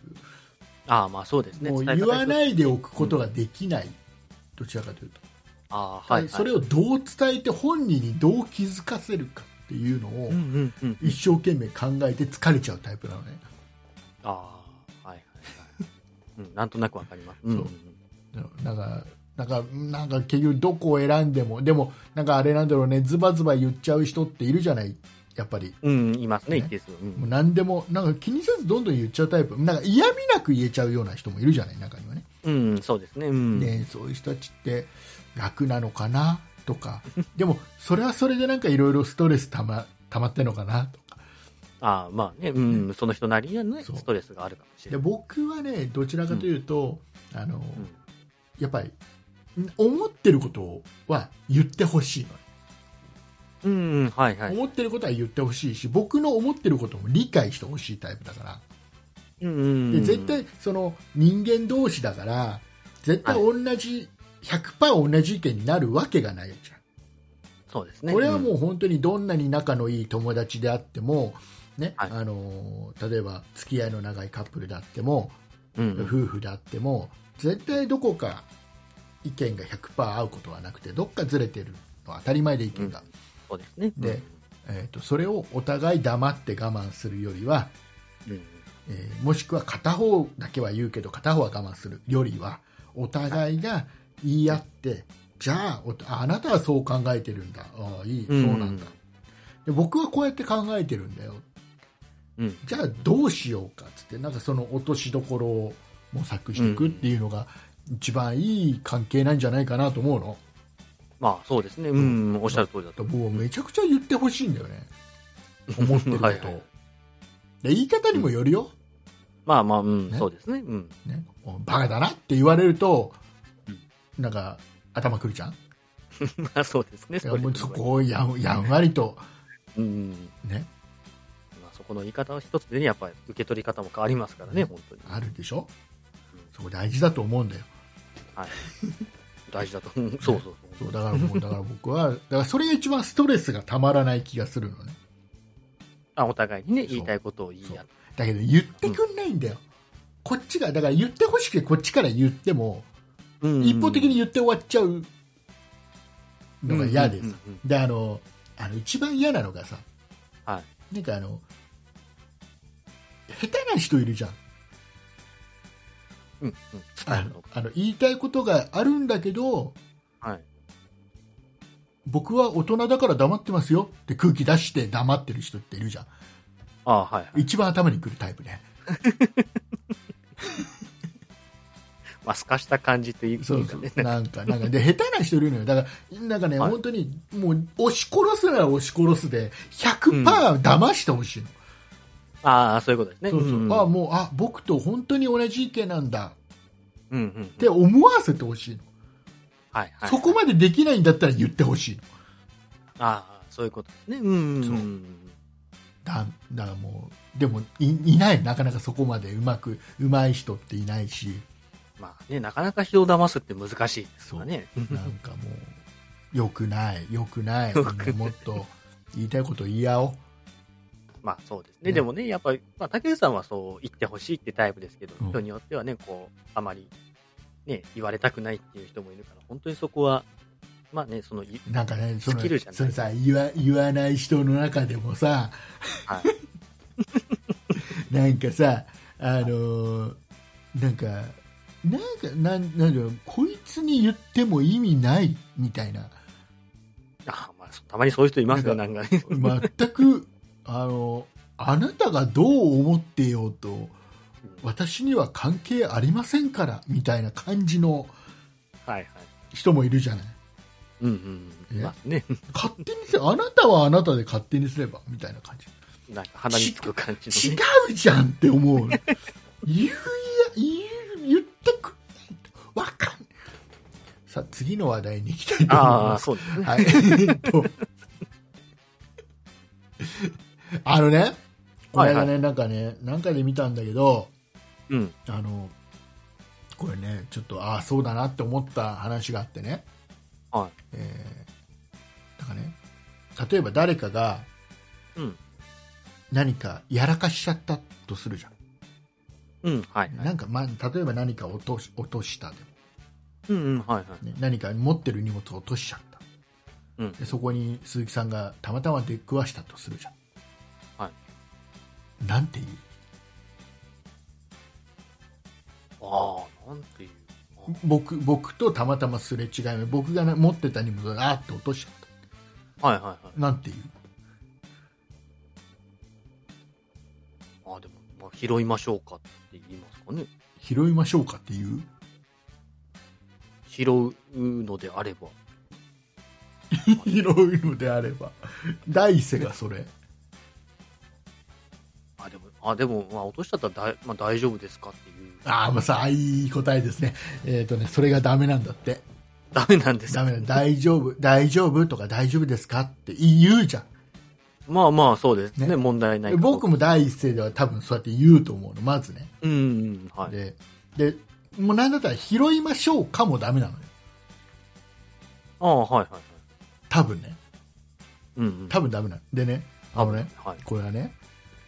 S3: ああ、まあそうです
S2: プ、
S3: ね。
S2: もう
S3: 伝え
S2: 言
S3: 方
S2: わないでおくことができない、どちらかというと
S3: ああ、はい、はい。
S2: それをどう伝えて本人にどう気づかせるかっていうのを
S3: うんうんうん。
S2: 一生懸命考えて疲れちゃうタイプなのね
S3: ああ、はいはいはい。うん、なんとなくわかります。うんうんうん。
S2: なんかなんかなんか結局どこを選んでもでもなんかあれなんだろうねズバズバ言っちゃう人っているじゃないやっぱり
S3: うん、います
S2: ね
S3: ね、一定数。う。
S2: もうん何でもなんか気にせずどんどん言っちゃうタイプなんか嫌味なく言えちゃうような人もいるじゃない中にはね,、
S3: うん、そうですね。うん。
S2: ねそういう人たちって楽なのかなとかでもそれはそれでなんかいろいろストレスたまたまってんのかなとか
S3: ああ、まあね、うん、その人なりのね、
S2: そう
S3: ストレスがあるかもしれ
S2: で
S3: ない。
S2: 僕はねどちらかというと、あの
S3: うん
S2: やっぱりん思ってることは言ってほしいのね
S3: うん、はいはい。
S2: 思ってることは言ってほしいし僕の思ってることも理解してほしいタイプだから
S3: うんうんう
S2: で
S3: ん。
S2: 絶対その人間同士だから絶対同じ100%同じ意見になるわけがないじゃ
S3: そうです
S2: ん、
S3: ね。
S2: これはも
S3: うん、
S2: う本当にどんなに仲のいい友達であっても、ね
S3: はい
S2: あのー例えば付き合いの長いカップルであっても
S3: うんう
S2: 夫
S3: ん、
S2: 婦であっても絶対どこか意見が100%合うことはなくてどっかずれてるのは当たり前で意見が、
S3: そうですね。
S2: でえー、とそれをお互い黙って我慢するよりは、
S3: うん、うん。
S2: えーもしくは片方だけは言うけど片方は我慢するよりはお互いが言い合ってじゃあおあなたはそう考えてるんだああいいそう
S3: うん
S2: なんだ、で僕はこうやって考えてるんだよ
S3: うん。
S2: じゃあどうしようかっつってなんかその落としどころを模索していくっていうのが一番いい関係なんじゃないかなと思うの
S3: まあそうですね。うん、おっしゃる通りだと。
S2: もうめちゃくちゃ言ってほしいんだよね思ってることを
S3: はいはい
S2: で言い方にもよるよ、
S3: まあまあ、うん、
S2: ね
S3: そうですね。うん。
S2: ね、もうバカだなって言われると
S3: うん、
S2: なんか頭くるじゃん、い
S3: まあそうですね。
S2: やもう
S3: ス
S2: そ
S3: トレスは
S2: こをやんやんわりと、
S3: うんうん。
S2: ね、
S3: まあそこの言い方一つでね、やっぱり受け取り方も変わりますからね、本当に。
S2: あるでしょ
S3: うん、
S2: そこ大事だと思うんだよ、
S3: はい。大事だと思う。そうそうそ。
S2: そううだから もうだから僕は、だからそれが一番ストレスがたまらない気がするのね、
S3: あお互いにね、
S2: そう
S3: 言いたいことを言い合って。
S2: だけど言ってくんないんだよ、こっちが、だから言ってほしくて、こっちから言っても、
S3: うんうん
S2: 一方的に言って終わっちゃうのが嫌です
S3: うんうんうん
S2: であのあの一番嫌なのがさ、
S3: はい。
S2: なんかあの下手な人いるじゃん
S3: うんうん、伝え
S2: あ
S3: る
S2: の
S3: の。
S2: あの言いたいことがあるんだけど
S3: はい。
S2: 僕は大人だから黙ってますよって空気出して黙ってる人っているじゃん
S3: ああ、はい、はい。
S2: 一番頭にくるタイプね
S3: まあ、すかした感じという
S2: そう
S3: か
S2: そう
S3: ね。
S2: なんかなんかで下手な人いるのよだからなんかね、
S3: はい
S2: 本当にもう押し殺すなら押し殺すで100%騙してほしいの、
S3: ああ、そういうことですね。
S2: そうそう、
S3: んん
S2: あもうあ僕と本当に同じ意見なんだ
S3: うんうん。
S2: って思わせてほしいの、
S3: はいはい。
S2: そこまでできないんだったら言ってほしいの
S3: ああ、そういうことですね。うんうんうん。
S2: そうだだからもうでもいいないなかなかそこまでうまくうまい人っていないし
S3: まあね、なかなか人を騙すって難しいですからね。
S2: なんかもうよくないよくない
S3: 良くない
S2: みんなもっと言いたいこと言い合おう
S3: まあそうですね。
S2: ね
S3: でもね、やっぱり、まあ、竹内さんはそう言ってほしいってタイプですけど、
S2: うん
S3: 人によってはね、こう、あまり、ね、言われたくないっていう人もいるから、本当にそこは、まあね、 その、い
S2: なんかねその
S3: スキルじゃない
S2: それさ言わ言わない人の中でもさ
S3: はい。
S2: なんかさあのーなんかなんかなんなんだろうこいつに言っても意味ないみたいな
S3: あまあ、たまにそういう人いますよ、
S2: な
S3: なんかね。
S2: 全 くあのあなたがどう思ってようと私には関係ありませんからみたいな感じの
S3: はいはい。
S2: 人もいるじゃない
S3: うんうんうん。
S2: ね
S3: いますね。
S2: 勝手にせあなたはあなたで勝手にすればみたいな感じ
S3: なんか鼻につく感じの
S2: 違
S3: ね。
S2: うじゃんって思う言うや言う言ってくれないとわかんさあ次の話題に行きたいと思い
S3: ああ、
S2: ます
S3: そうですね。
S2: はいえっとあのねこれがね、
S3: はいは
S2: なんかねなんかで見たんだけど
S3: うん。
S2: あのこれねちょっとああそうだなって思った話があってね、
S3: は
S2: えーだからね例えば誰かが
S3: うん
S2: 何かやらかしちゃったとするじゃん、
S3: うん、はいはい。
S2: なんか、まあ、例えば何か落とし落としたで
S3: うんうん、はいはい。
S2: も、ね、何か持ってる荷物を落としちゃった、
S3: うん
S2: でそこに鈴木さんがたまたま出くわしたとするじゃん、
S3: は
S2: なんていう
S3: ああ、なんていう。あ
S2: 僕僕とたまたますれ違い僕が、ね、持ってた荷物をあーって落としちゃった
S3: あはいはいはい。
S2: なんていう
S3: ああ、でも、まあ、拾いましょうかって言いますかね。
S2: 拾いましょうかっていう
S3: 拾うのであれば。
S2: 拾うのであれば第一声がそれ
S3: あでも、あでもまあ、落としちゃったらだい、まあ、大丈夫ですかっていう。
S2: ああまあさあいい答えですねえっ、とねそれがダメなんだって
S3: ダメなんです
S2: ダ
S3: か
S2: メだ大丈夫大丈夫とか大丈夫ですかって言うじゃん
S3: まあまあ、そうですね。
S2: ね
S3: 問題ない
S2: で
S3: かどう
S2: 僕
S3: か。
S2: も第一声では多分そうやって言うと思うのまずね
S3: うんうん、はい。
S2: ででもうなんだったら拾いましょうかもダメなのよ
S3: ああ、はいはいはい。
S2: 多分ね
S3: うん、うん。
S2: 多分ダメなのでねあのね
S3: はい。
S2: これはね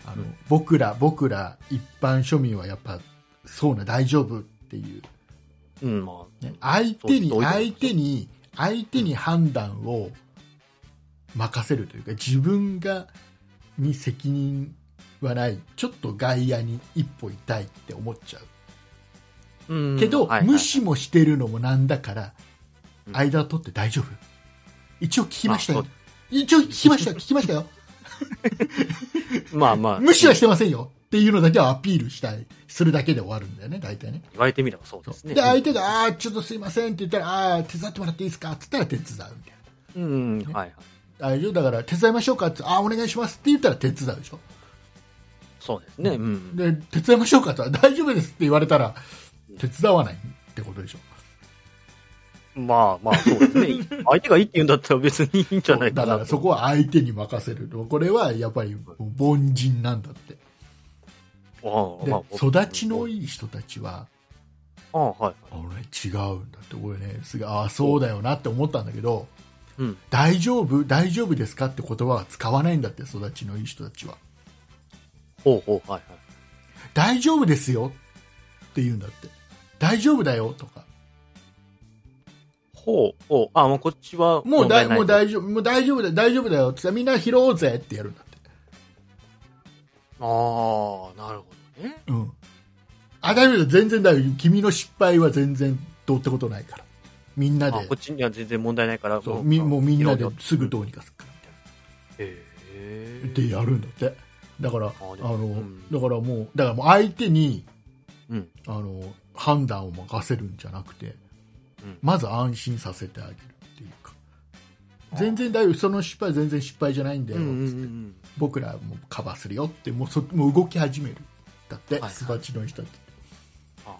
S2: あの、
S3: うん
S2: 僕ら僕ら一般庶民はやっぱそうな大丈夫っていう
S3: うん、まあ、
S2: ね相手に
S3: そういう人多い
S2: 相手に相手に判断を任せるというか自分がに責任はないちょっと外野に一歩いたいって思っちゃう
S3: うん。
S2: けど、
S3: はいはい
S2: 無視もしてるのもなんだから
S3: うん
S2: 間を取って大丈夫一応聞きましたよ
S3: あそ
S2: 一応聞きましたよ聞きました よ
S3: まあまあ、
S2: 無視はしてませんよっていうのだけはアピールしたいするだけで終わるんだよね大体ね
S3: 言われてみればそう
S2: そ
S3: で
S2: う
S3: すね。
S2: で相手が「ああーちょっとすいません」って言ったら「ああー手伝ってもらっていいですか」って言ったら手伝うみたいな
S3: うん、うん、はいはい。
S2: 大丈夫だから手伝いましょうかってあお願いしますって言ったら手伝うでしょ
S3: そうですね。うん。
S2: で手伝いましょうかって大丈夫ですって言われたら手伝わないってことでしょ
S3: まあまあ、そうですね。 相手がいいって言うんだったら別にいいんじゃない
S2: だ
S3: かな
S2: か
S3: と。
S2: らそこは相手に任せるこれはやっぱり凡人なんだって
S3: ああ
S2: で
S3: まあ
S2: 育ちのいい人たちは
S3: ああ、はい。
S2: あ俺違うんだって俺ねすごいああそうだよなって思ったんだけど
S3: うん。
S2: 大丈夫大丈夫ですかって言葉は使わないんだって育ちのいい人たちは
S3: ほうほう、はいはい。
S2: 大丈夫ですよって言うんだって大丈夫だよとか
S3: ほう、ほう。あ、もうこっち
S2: もう
S3: は
S2: だ
S3: 問題
S2: もう
S3: ない。
S2: 大丈夫、もう大丈夫だよ、大丈夫だよって言ったらみんな拾おうぜってやるんだって。
S3: ああ、なるほどね。
S2: うん。あ大丈夫全然大丈夫君の失敗は全然どうってことないからみんな
S3: あ
S2: で
S3: こっちには全然問題ないから
S2: そうみもうみんなで
S3: へ
S2: すぐどうにかするから
S3: え
S2: でやるんだってだからあ
S3: でも
S2: の、
S3: うん
S2: だからもうだからもう相手に
S3: うん
S2: あの判断を任せるんじゃなくて
S3: うん
S2: まず安心させてあげるっていうか全然大丈夫その失敗全然失敗じゃないんだ
S3: う
S2: よ、
S3: んうんう
S2: つって
S3: ん
S2: 僕らもカバーするよってもうそもう動き始めるだって
S3: いはい
S2: すばちの人たち
S3: あ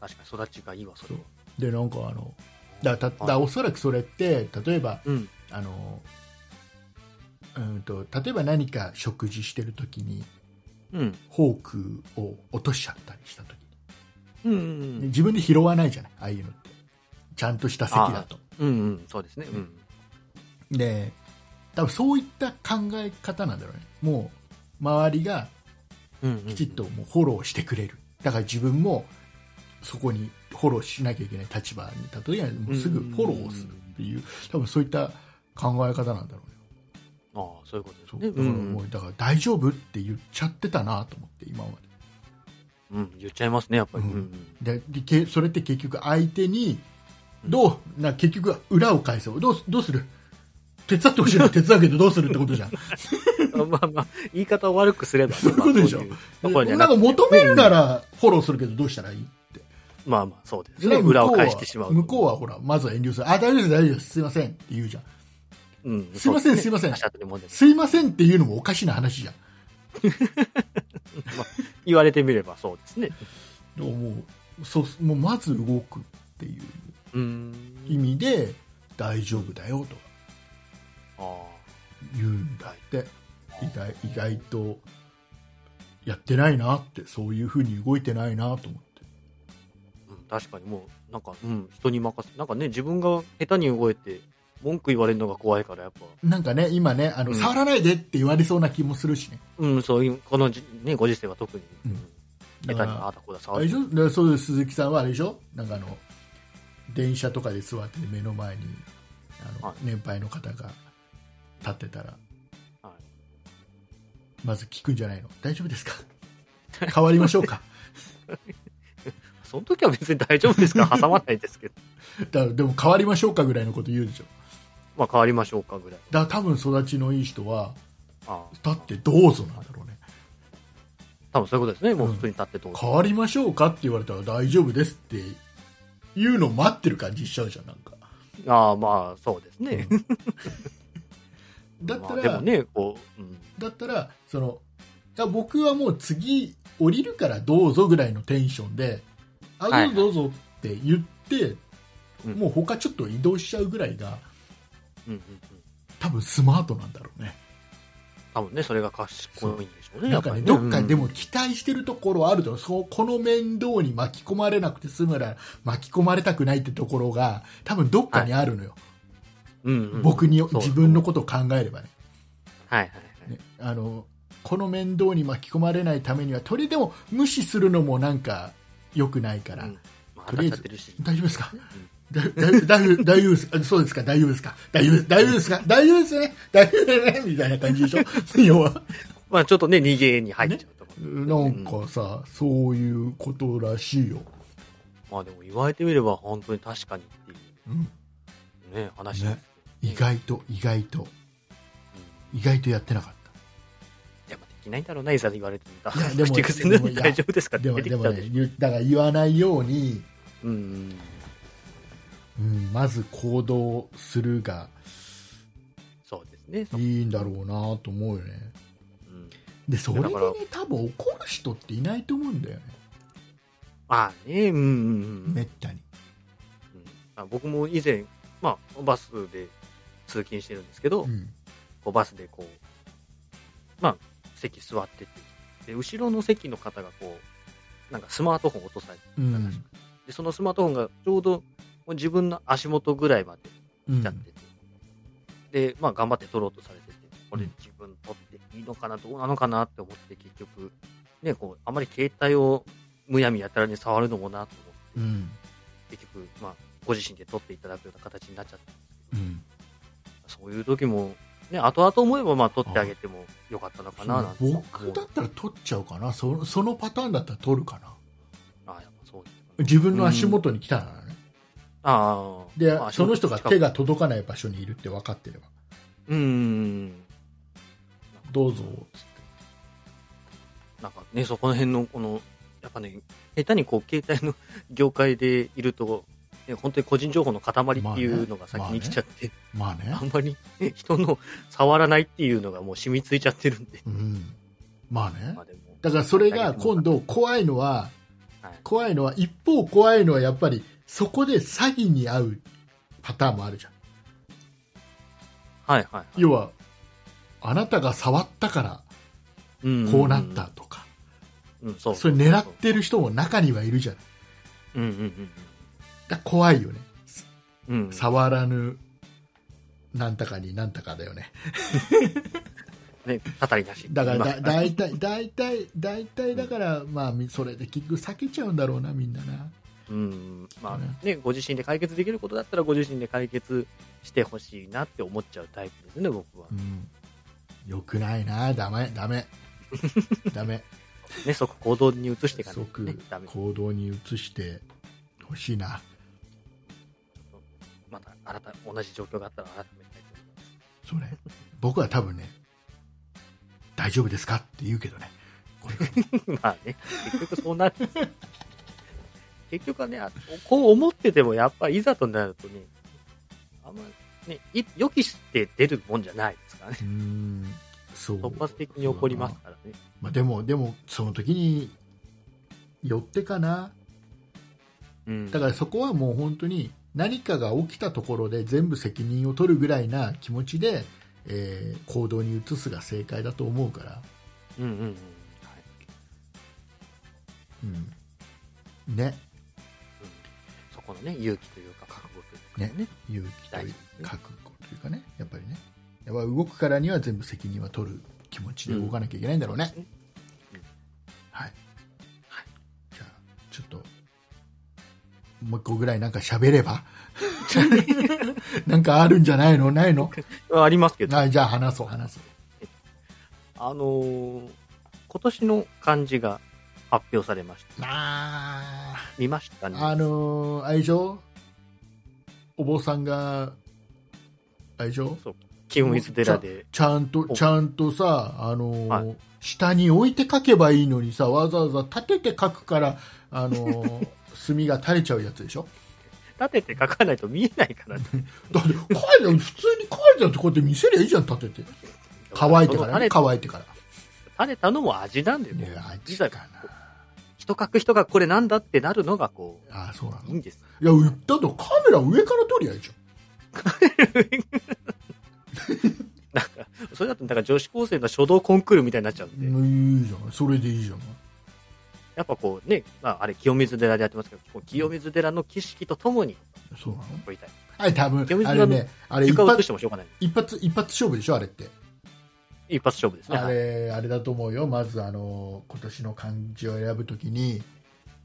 S3: あ確かに育ちがいいわそれは
S2: でなんかあのだた
S3: は
S2: だおそらくそれって例えば
S3: うん
S2: あのうんと例えば何か食事してる時に
S3: うん
S2: フォークを落としちゃったりした時
S3: うんう
S2: に
S3: ん
S2: 自分で拾わないじゃないああいうのってちゃんとした席だと
S3: うんうんそうですねうん
S2: で多分そういった考え方なんだろうねもう周りが
S3: うんうん
S2: きちっともうフォローしてくれるだから自分もそこにフォローしなきゃいけない立場にいた時にはもうすぐフォローをするっていう多分そういった考え方なんだろうね
S3: ああそういうことです
S2: そう
S3: ね
S2: だからもうだから大丈夫って言っちゃってたなと思って今ま
S3: うんうん言っちゃいますねやっぱり
S2: う
S3: うんんうん
S2: ででけそれって結局相手にどうな結局は裏を返そうどうすどうする手伝ってほしいなら手伝うけどどうするってこと じゃん
S3: あまあまあ言い方を悪くすればね
S2: そういうことでしょ
S3: まあ
S2: で
S3: こういうところじ
S2: な
S3: ゃ
S2: ん
S3: なく
S2: か
S3: て
S2: 求めるならフォローするけどどうしたらいい
S3: まあまあそうです
S2: それ
S3: ね
S2: は向こ
S3: 裏
S2: は
S3: を返してしまう
S2: 向こうはほらまずは遠慮するあ大丈夫です大丈夫ですすいませんって言うじゃん
S3: うん
S2: すいません
S3: そうです
S2: いません
S3: 明日後で問題です
S2: すいませんっていうのもおかしな話じゃん
S3: まあ言われてみればそうですね
S2: でももうそうもうまず動くっていう
S3: うん
S2: 意味で大丈夫だよとか
S3: あ
S2: 言うんだって意外意外とやってないなってそういうふうに動いてないなと思って
S3: あうん確かにもうなんかうん人に任せなんかね自分が下手に動いて文句言われるのが怖いからやっぱ
S2: なんかね今ねあの、
S3: うん
S2: 触らないでって言われそうな気もするしね
S3: うんそういうこのじねご時世は特に
S2: うん
S3: 下手
S2: だ
S3: に
S2: から
S3: ああだこうだ触
S2: あ
S3: っ
S2: れ
S3: て
S2: でしょだからそうです鈴木さんはあれでしょなんかあの電車とかで座って目の前にあの、
S3: はい
S2: 年配の方が立ってたら
S3: は
S2: まず聞くんじゃないの大丈夫ですか 変わりましょうか
S3: いその時は別に大丈夫で すから挟まないですけど
S2: だからでも変わりましょうかぐらいのこと言うでしょ
S3: まあ変わりましょうかぐらい
S2: だから多分育ちのいい人は
S3: ああ
S2: 立ってどうぞなんだろうね
S3: 多分そういうことですねもう普通に立ってどうぞ
S2: 変わりましょうかって言われたら大丈夫ですっていうのを待ってる感じしちゃうじゃんなんか
S3: ああまあそうで すね、
S2: だった
S3: まあ
S2: ら、
S3: でもねこう、うん、
S2: だったらそのいや僕はもう次降りるからどうぞぐらいのテンションで「あ
S3: はい
S2: どう
S3: はい
S2: ぞどうぞ」って言って、
S3: うん
S2: もう他ちょっと移動しちゃうぐらいが
S3: うんうんうん、
S2: 多分スマートなんだろうね
S3: 多分ねそれが賢いんでしょうね
S2: な
S3: や
S2: ん
S3: っぱ
S2: か
S3: り
S2: ね
S3: ね
S2: どっか
S3: うん
S2: でも期待してるところはあると思うそうこの面倒に巻き込まれなくて済むなら巻き込まれたくないってところが多分どっかにあるのよ、
S3: うんうんうん
S2: 僕に
S3: そう
S2: 自分のことを考えればね
S3: はいはいはい、
S2: ねあのこの面倒に巻き込まれないためにはとりあえずでも無視するのもなんか良くないから、
S3: うんまあ、
S2: とりあえず
S3: 当たっちゃってるし
S2: 大丈夫ですか
S3: うん
S2: だだ大丈夫大丈夫ですあそうですか大丈夫ですか大丈夫です大丈夫ですか大丈夫ですよね大丈夫だよねみたいな感じでしょ要は
S3: まあちょっとね逃げに入っちゃうとか、
S2: なんかさそういうことらしいよ、
S3: まあでも言われてみれば本当に確かにってい
S2: うん、
S3: うね話ですけど
S2: 意、外と意外と
S3: うん
S2: 意外とやってなかっ
S3: でもできないんだろうな、いざ言われてみた。
S2: いや でも
S3: 口癖のよう
S2: で
S3: に
S2: もいや
S3: 大丈夫ですか
S2: た
S3: って
S2: でもで
S3: 出てき
S2: も
S3: たで
S2: ね
S3: しょ。
S2: 言うだから言わないように、
S3: うんうん。
S2: うん、まず行動するが
S3: そうですね。そ
S2: いいんだろうなと思うよね
S3: うん、
S2: でそれでね
S3: だから
S2: 多分怒る人っていないと思うんだよね
S3: まあね、うんうんうん。
S2: めったに
S3: うんあ僕も以前、まあ、バスで通勤してるんですけど、
S2: うん
S3: こうバスでこう、まあ、席座ってて、で、後ろの席の方がこう、なんかスマートフォン落とされて、
S2: うん
S3: で、そのスマートフォンがちょうどもう自分の足元ぐらいまで
S2: う
S3: 来ちゃっ
S2: ん
S3: てて、で、まあ、頑張って取ろうとされてて、これ
S2: うん
S3: 自分取っていいのかな、どうなのかなって思って、結局、ね、こう、あまり携帯をむやみやたらに触るのもなと思って、
S2: うん
S3: 結局、まあ、ご自身で取っていただくような形になっちゃったんですけ
S2: うん
S3: ど、そういう時も、ね、後々思えば、まあ、取ってあげてもよかったのかな、なんて思う
S2: 僕だったら取っちゃうかなそのそのパターンだったら取るかな自分の足元に来たならね、
S3: ああ。
S2: で
S3: まあ
S2: その人が手。
S3: 近く
S2: が届かない場所にいるって分かってれば
S3: うん。
S2: どうぞつって
S3: なんかね、そこら辺の、この、やっぱね、下手にこう、携帯の業界でいると、ね、本当に個人情報の塊っていうのが先に来ちゃって、
S2: まあね
S3: あ、んまり人の触らないっていうのがもう染みついちゃってるんで。
S2: うん、まあね
S3: まあでも
S2: だからそれが今度怖いのは
S3: はい
S2: 怖いのは一方怖いのはやっぱりそこで詐欺に遭うパターンもあるじゃん
S3: はいはいはい。
S2: 要はあなたが触ったから
S3: うん
S2: こうなった。とか、
S3: うん、そう。
S2: それ狙ってる人も中にはいるじゃん
S3: うんうん
S2: だから怖いよね
S3: うんうん。うん。
S2: 触らぬなんたかになんたかだよね
S3: ね、語りなし。
S2: だから
S3: 今
S2: だ大体大体大体だからまあみそれで結局避けちゃうんだろうなみんなな
S3: うん。まあね、ご自身で解決できることだったらご自身で解決してほしいなって思っちゃうタイプですね、僕は
S2: う。んよくないなダメダ メダメ
S3: ね、即行動に移していかないと、ね
S2: 即、
S3: ダメ。
S2: 行動に移してほしいな
S3: また改め同じ状況があったら改めたいと思いま
S2: そ
S3: す。
S2: れ僕は多分ね大丈夫ですかって言うけどねこ れ
S3: まあね、結局そうなる。結局はね、あこう思ってても、やっぱりいざとなるとね、あんまね、い予期して出るもんじゃないですからね。
S2: うーんそう
S3: 突発的に起こりますからね。
S2: まあ、でもでもその時によってかな
S3: うん。
S2: だからそこはもう本当に何かが起きたところで全部責任を取るぐらいな気持ちで、えー行動に移すが正解だと思うから、
S3: うんうんうん。はい
S2: うん、ね
S3: うんそこのね、勇気というか、覚悟というかね。
S2: 勇気と
S3: 大
S2: いう
S3: 事ですね
S2: 覚悟というかねやっぱりねやっぱ動くからには全部責任は取る気持ちで動かなきゃいけないんだろうね、
S3: うん
S2: はい、
S3: はい
S2: じゃあちょっともう一個ぐらいなんか喋れば なんかあるんじゃないのないの
S3: ありますけど、
S2: あじゃあ話そう話そう
S3: あのー今年の漢字が発表されました。
S2: あ
S3: 見ましたね。
S2: ーあのー、愛情お坊さんが愛情
S3: 清水寺で。
S2: ちゃんと
S3: お
S2: ちゃんとさ、あのー
S3: は
S2: 下に置いて書けばいいのにさわざわざ立てて書くから、あの ー墨が垂れちゃうやつでしょ
S3: 立てて書かないと見えないからね。
S2: だって書いてある普通に書いてあるってこうやって見せりゃいいじゃん立てて乾いてからね
S3: その
S2: 乾いてから
S3: 垂れたのも味なんだよ
S2: い
S3: ね。
S2: やあっち
S3: 実
S2: か
S3: は
S2: な
S3: 人書く人がこれなんだってなるのがこ
S2: あーそうな
S3: う、いい
S2: の
S3: ん
S2: い
S3: です。
S2: や言ったとカメラ上から撮りゃいいじゃん
S3: なんか、それだとなんか女子高生の書道コンクールみたいになっちゃうんで、
S2: うんいいじゃんそれでいいじゃん
S3: やっぱこうね、まああれ清水寺でやってますけど、こう清水寺の景色とともに
S2: そうなの
S3: 撮りたい。
S2: はい多
S3: 清
S2: 分
S3: 水
S2: あ
S3: さ
S2: れ
S3: んの
S2: ねあれ一
S3: 床を映
S2: 発
S3: してもしょうがない。
S2: 一発一発勝負でしょあれって
S3: 一発勝負ですね。
S2: あ
S3: はい。
S2: れあれだと思うよ、まずあの今年の漢字を選ぶときに、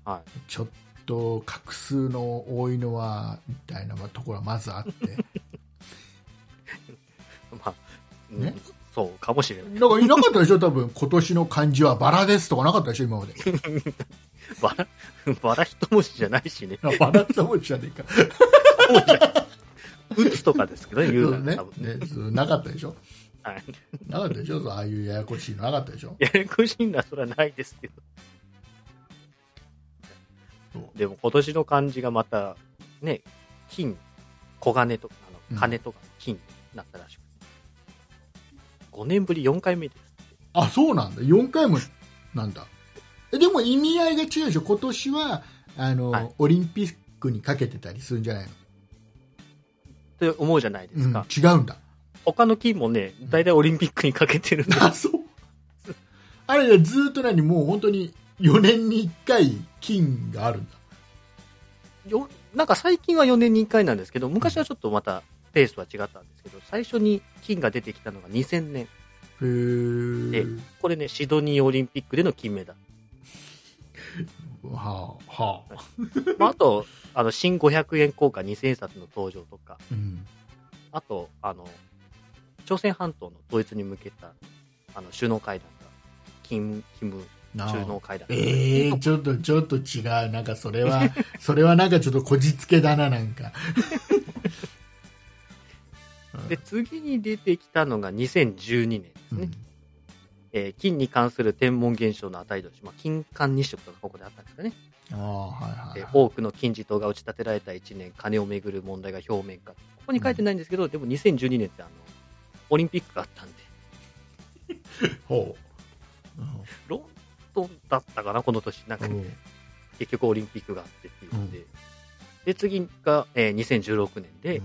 S3: は
S2: ちょっと画数の多いのはみたいなところはまずあって、
S3: まあ、うん
S2: ね
S3: そうかもしれない。
S2: なんかいなかったでしょ、多分今年の漢字はバラですとかなかったでしょ、今まで。
S3: バ ラ、バラ一文字じゃないしね。
S2: バラってもんじゃねえか、
S3: 打つとかですけどね、言うなら多
S2: ね
S3: 分ね。
S2: ねそうなかったでしょ、
S3: はい。
S2: なかったでしょ、そうああいうややこしいのなかったでしょ。
S3: ややこしいのはそれはないですけど
S2: そ。
S3: でも今年の漢字がまた、ね、金、黄金とか、あ
S2: うん
S3: の金とか金になったらしくて、5年ぶり4回目ですって。
S2: あそうなんだ4回もなんだえでも意味合いが違うでしょ今年はあの、
S3: はい
S2: オリンピックにかけてたりするんじゃないの、
S3: って思うじゃないですか。
S2: うん、違うんだ
S3: 他の金もね、大体オリンピックにかけてるんで、
S2: あそうあれねずーっと何もう本当に4年に1回金があるんだ
S3: よなんか最近は4年に1回なんですけど、昔はちょっとまたペースは違ったんですけど、最初に金が出てきたのが2000年。
S2: へ
S3: えこれね、シドニーオリンピックでの金メダル。
S2: はあはあ、
S3: まあ、あと、あの、新500円硬貨2000冊の登場とか、
S2: うん、
S3: あと、あの、朝鮮半島の統一に向けた、あの、首脳会談が、キム、キム、
S2: なあ
S3: 収納階段。
S2: えー、ちょっとちょっと違うなんかそれは それはなんかちょっとこじつけだななん か
S3: で、次に出てきたのが2012年ですね。えー金に関する天文現象の値として、まあ、金環日食とかここであったんですかね。
S2: うん、ああはいはい
S3: えー
S2: はい
S3: 多くの金字塔が打ち立てられた1年、金をめぐる問題が表面化。ここに書いてないんですけど、でも2012年ってあの、オリンピックがあったんで、
S2: ほう
S3: ロンドンだったかな、この年。なんか
S2: うんうん
S3: 結局オリンピックがあってっていうので。で、次が、えー2016年で、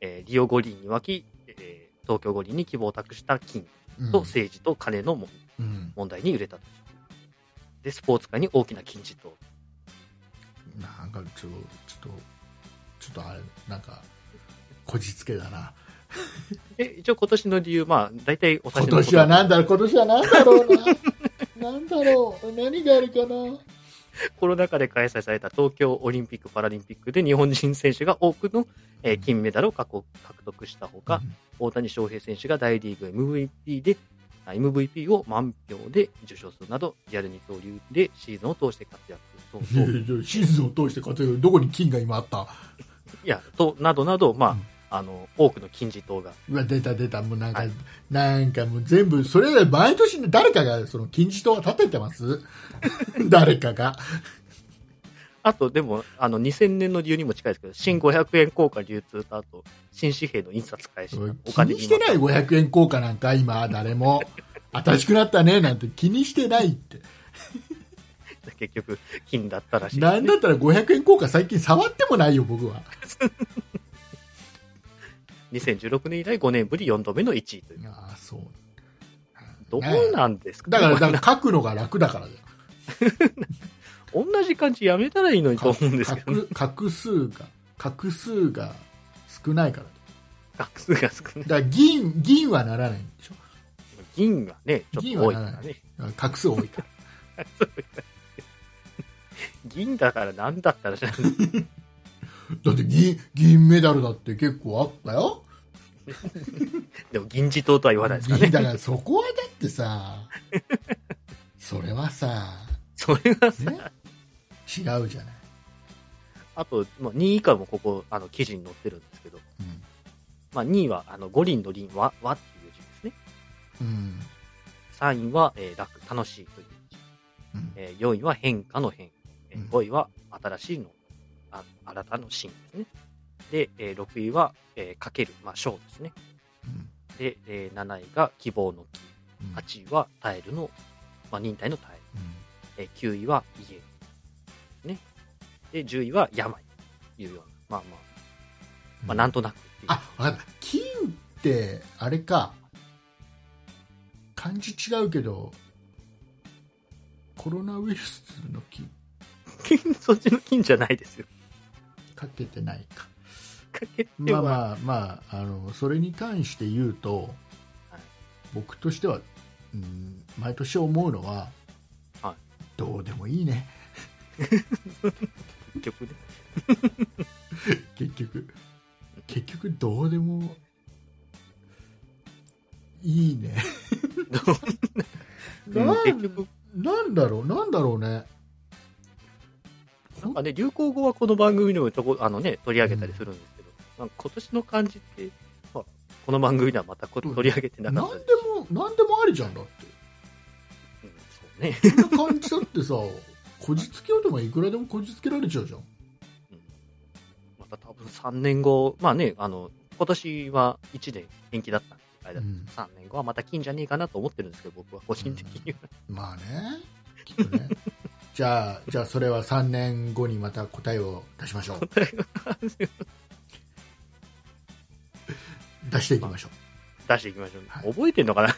S3: えーリオ五輪に沸き、えー東京五輪に希望を託した金
S2: うん
S3: と政治と金のも
S2: うん
S3: 問題に揺れたと。で、スポーツ界に大きな金字塔。
S2: なんかちょちょっとちょっとあれなんかこじつけだな
S3: で、一応今年の理由、まあ、大体お
S2: 今
S3: 察しのこと
S2: 年はなんだろう今年はなんだろうななんだろう何があるかな
S3: コロナ禍で開催された東京オリンピック・パラリンピックで日本人選手が多くの、えー金メダルを獲得獲得したほか、大谷翔平選手が大リーグ MVP で、あ MVP を満票で受賞するなど、リアル二刀流でシーズンを通して活躍等
S2: いやい
S3: 々、
S2: やいやシーズンを通して活躍どこに金が今あった
S3: いや、と、などなど、まあ、
S2: うん
S3: あの、多くの金字塔が、
S2: うわ出た出たもうなんか、
S3: はい
S2: なんかもう全部それぞれ毎年誰かがその金字塔を立ててます 誰かが
S3: あと、でも、あの、2000年の理由にも近いですけど、新500円硬貨流通と、あと、新紙幣の印刷開始、お
S2: 気
S3: 金
S2: にしてない500円硬貨なんか今誰も新しくなったねなんて気にしてないって
S3: 結局、金だったらしいですね、
S2: なんだったら500円硬貨最近触ってもないよ僕は
S3: 2016年以来5年ぶり4度目の1位という。
S2: ああそう
S3: どうなんですか、
S2: だ から
S3: これ
S2: だから書くのが楽だからだよ
S3: 同じ感じやめたらいいのに と思うんですけど、ね、
S2: 画画数が画数が少ないから
S3: 画数が少な
S2: だ
S3: い。
S2: から銀銀はならないんでしょ
S3: 銀がね、ちょっと多い
S2: 銀はな
S3: から
S2: らな
S3: ね。
S2: だから画数多いから
S3: 銀だから何だったら知らない。
S2: だって銀銀メダルだって結構あったよ
S3: でも銀字塔とは言わないですか
S2: 銀
S3: ね。
S2: だからそこはだってさそれはさ、
S3: それが、
S2: ね、違うじゃない、
S3: あと、まあ、2位以下もここ、あの、記事に載ってるんですけど、
S2: うん
S3: まあ、2位は、あの、五輪の輪、和、和っていう字ですね。
S2: うん
S3: 3位は、えー楽、楽しいという字。
S2: うん
S3: えー4位は変化の変。え
S2: うん
S3: ー5位は新しいの、あ新たの新ですね。で、えー6位は、えーかける、まあ、章ですね。
S2: うん
S3: で、えー7位が希望の木。
S2: うん
S3: 8位は耐えるの、まあ、忍耐の耐える。えー9位は家。ね。で、10位は病。というような。まあまあ、まあ、なんとなくっていう。
S2: あ分かった金ってあれか漢字違うけどコロナウイルスの金
S3: 金、 そっちの金じゃないですよ。
S2: かけてないか
S3: かけて
S2: ま
S3: は、
S2: あまあまああのそれに関して言うと、
S3: はい
S2: 僕としては、うん、毎年思うのは、
S3: はい
S2: どうでもいいね
S3: 結局ね。
S2: 結局結局どうでもいいね
S3: ど う
S2: な
S3: うん結局、
S2: なんだろうなんだろうね
S3: なんかね、流行語はこの番組でもとこあの、ね、取り上げたりするんですけど、なんか今年の漢字って、まあ、この番組ではまたこ
S2: うん
S3: 取り上げてな
S2: 何
S3: か
S2: で
S3: っ
S2: も
S3: たです
S2: 何でもありじゃんだって
S3: うんそうね、
S2: そんな感じだってさ こじつけようでもいくらでもこじつけられちゃうじゃん
S3: うんまた多分3年後、まあね、あの今年は1年延期だったんで、あれだったんですけど3年後はまた金じゃねえかなと思ってるんですけど、僕は個人的には。
S2: まあねきっとねじゃあじゃあそれは3年後にまた答えを出しましょう
S3: 答えを
S2: 出していきましょう
S3: 出していきましょう、
S2: はい
S3: 覚えてんのかな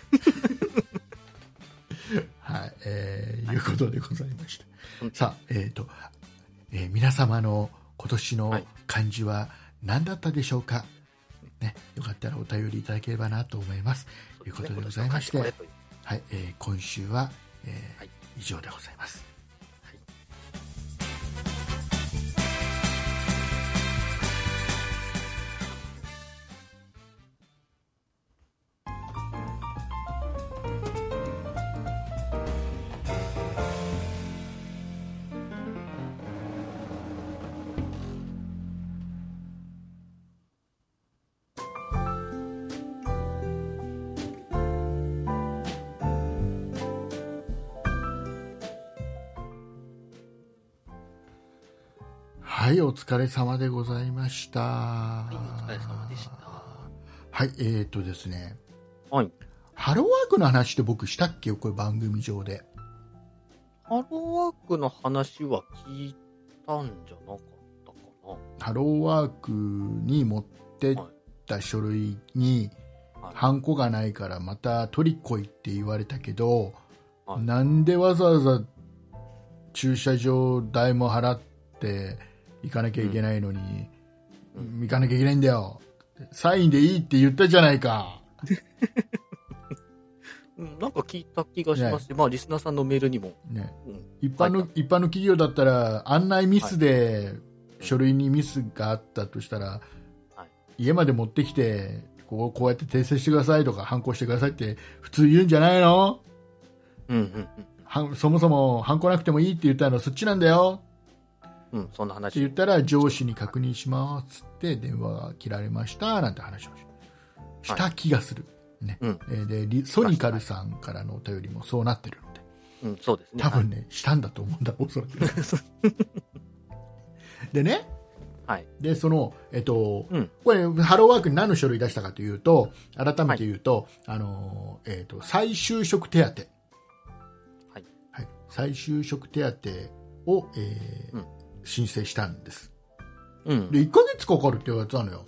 S2: はい、えー、いうことでございました。
S3: うん
S2: さあ、えっ、と、えー皆様の今年の漢字は何だったでしょうか、ね、よかったらお便りいただければなと思います。ということでございまして
S3: 今年の漢字これという
S2: はい、えー今週は、えー
S3: はい
S2: 以上でございます。はい、お疲れ様でございました。はい
S3: お疲れ様でした
S2: はい、えー、っとですね。
S3: はい。
S2: ハローワークの話って僕したっけこれ番組上で。
S3: ハローワークの話は聞いたんじゃなかったかな。
S2: ハローワークに持ってった書類に、
S3: はい
S2: ハンコがないからまた取り来いって言われたけど、
S3: はい
S2: なんでわざわざ駐車場代も払って行かなきゃいけないのに、
S3: うん
S2: 行かなきゃいけないんだよサインでいいって言ったじゃないか
S3: うん、なんか聞いた気がしますし、まあ、リスナーさんのメールにも。
S2: ね、
S3: うん
S2: 一般の、
S3: は
S2: 一般の企業だったら案内ミスで書類にミスがあったとしたら、
S3: は
S2: 家まで持ってきてこうこうやって訂正してくださいとか反抗してくださいって普通言うんじゃないの
S3: うんうん
S2: はんそもそも反抗なくてもいいって言ったのはそっちなんだよ
S3: うん。うん、そんな
S2: っ
S3: 話。
S2: て言ったら上司に確認しますって電話が切られましたなんて話をしした気がする、ね
S3: うん
S2: えーでリソニカルさんからのお便りもそうなってるので
S3: うん、そうですね。
S2: 多分ね、したんだと思うんだおそ らくでね
S3: はい。
S2: でその、えっと
S3: うん
S2: これハローワークに何の書類出したかというと改めて言うと,、あのーえっと再就職手当、
S3: はい
S2: はい、再就職手当を、えー
S3: うん
S2: 申請したんです
S3: うん。
S2: で1ヶ月かかるって言われてたのよ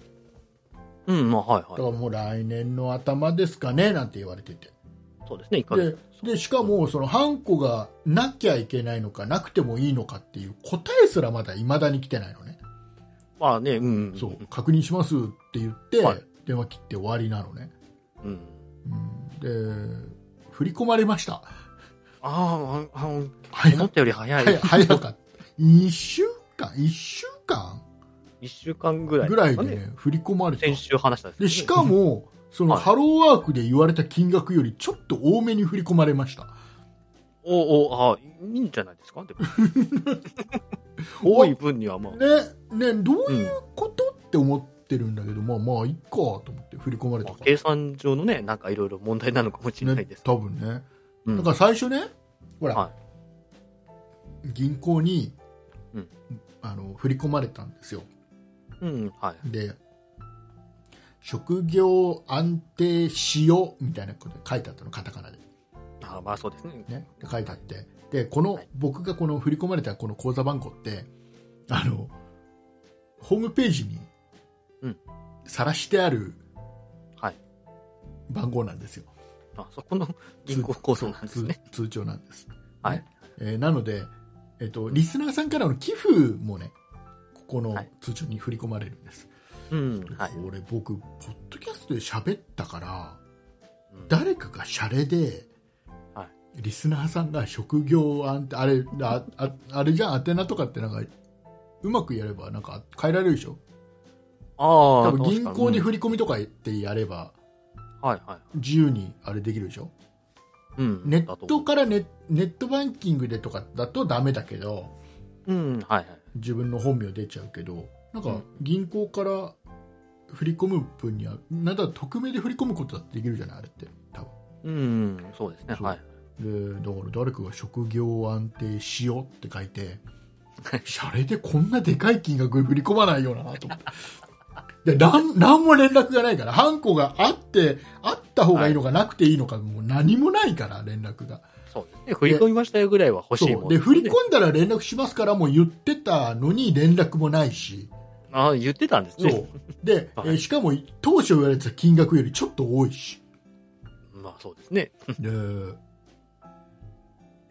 S3: うん、まあ、はい
S2: だ
S3: は
S2: からもう来年の頭ですかねなんて言われてて
S3: い。そうですね、一ヶ
S2: で
S3: 月。
S2: でしかもそのハンコがなきゃいけないのかなくてもいいのかっていう答えすらまだ未だに来てないのね、
S3: まあね、うん。ん
S2: そう確認しますって言って、
S3: はい
S2: 電話切って終わりなのね、
S3: うん。
S2: うん、で振り込まれました
S3: あああ、
S2: 早
S3: 思ったより早
S2: 早
S3: い。
S2: 早かった1週間1週間
S3: 一週間ぐらい。
S2: ぐらいで、ね、振り込まれた
S3: 先週話したんです
S2: でしかもその
S3: はい
S2: ハローワークで言われた金額よりちょっと多めに振り込まれました
S3: おお、あいいんじゃないです かでも多い分にはまあ。
S2: ねねどう
S3: うん
S2: いうことって思ってるんだけど、まあまあいっかと思って振り込まれた
S3: まあ
S2: から、
S3: 計算上のね、なんかいろいろ問題なのかもしれない
S2: ね
S3: です。
S2: 多分ね、
S3: うん
S2: だから最初ねほら、
S3: は
S2: 銀行に、
S3: うん
S2: あの振り込まれたんですよ
S3: うん、はい。
S2: で職業安定しようみたいなことで書いてあったのカタカナで,、
S3: あまあそうですね。
S2: ね、で書いてあってでこの、
S3: はい
S2: 僕がこの振り込まれたこの口座番号ってあのホームページに
S3: うん
S2: さらしてある
S3: はい
S2: 番号なんですよ、
S3: あそこの銀行構想なんですね。
S2: 通通帳なんです、
S3: はい。
S2: えーなので、えっとリスナーさんからの寄付もねここの
S3: はい
S2: 通帳に振り込まれるんです、
S3: うん、はい。
S2: これ僕ポッドキャストで喋ったから
S3: うん
S2: 誰かがシャレで、
S3: はい
S2: リスナーさんが職業案あれあああれじゃん宛名とかってなんかうまくやればなんか変えられるでしょ
S3: ああ、
S2: 多分銀
S3: 確か
S2: 行に
S3: うん
S2: 振り込みとかってやれば
S3: はいは
S2: 自由にあれできるでしょ
S3: い。うん。
S2: ネ
S3: だと
S2: ッ
S3: 思
S2: ト
S3: う
S2: からネネットバンキングでとかだとダメだけど
S3: うん、はいはい。
S2: 自分の本名出ちゃうけどなん
S3: う
S2: か
S3: ん
S2: 銀行から振り込む分にはなんだ匿名で振り込むことだってできるじゃないあれって多分
S3: うん、そうですね。
S2: そう
S3: はい。
S2: でだから誰かが職業安定しようって書いてシャレでこんなでかい金額振り込まないよなと思ってでなん何も連絡がないからハンコがあってあった方がいいのか、なくていいのかもう何もないから連絡が
S3: そうですね。振り込みましたよぐらいは欲しい
S2: そ
S3: もん
S2: うで振り
S3: ね
S2: 込んだら連絡しますからもう言ってたのに連絡もないし
S3: ああ、言ってたんです
S2: そ
S3: ね。
S2: うで、
S3: はい
S2: えーしかも当初言われてた金額よりちょっと多いし
S3: まあそうですね。
S2: で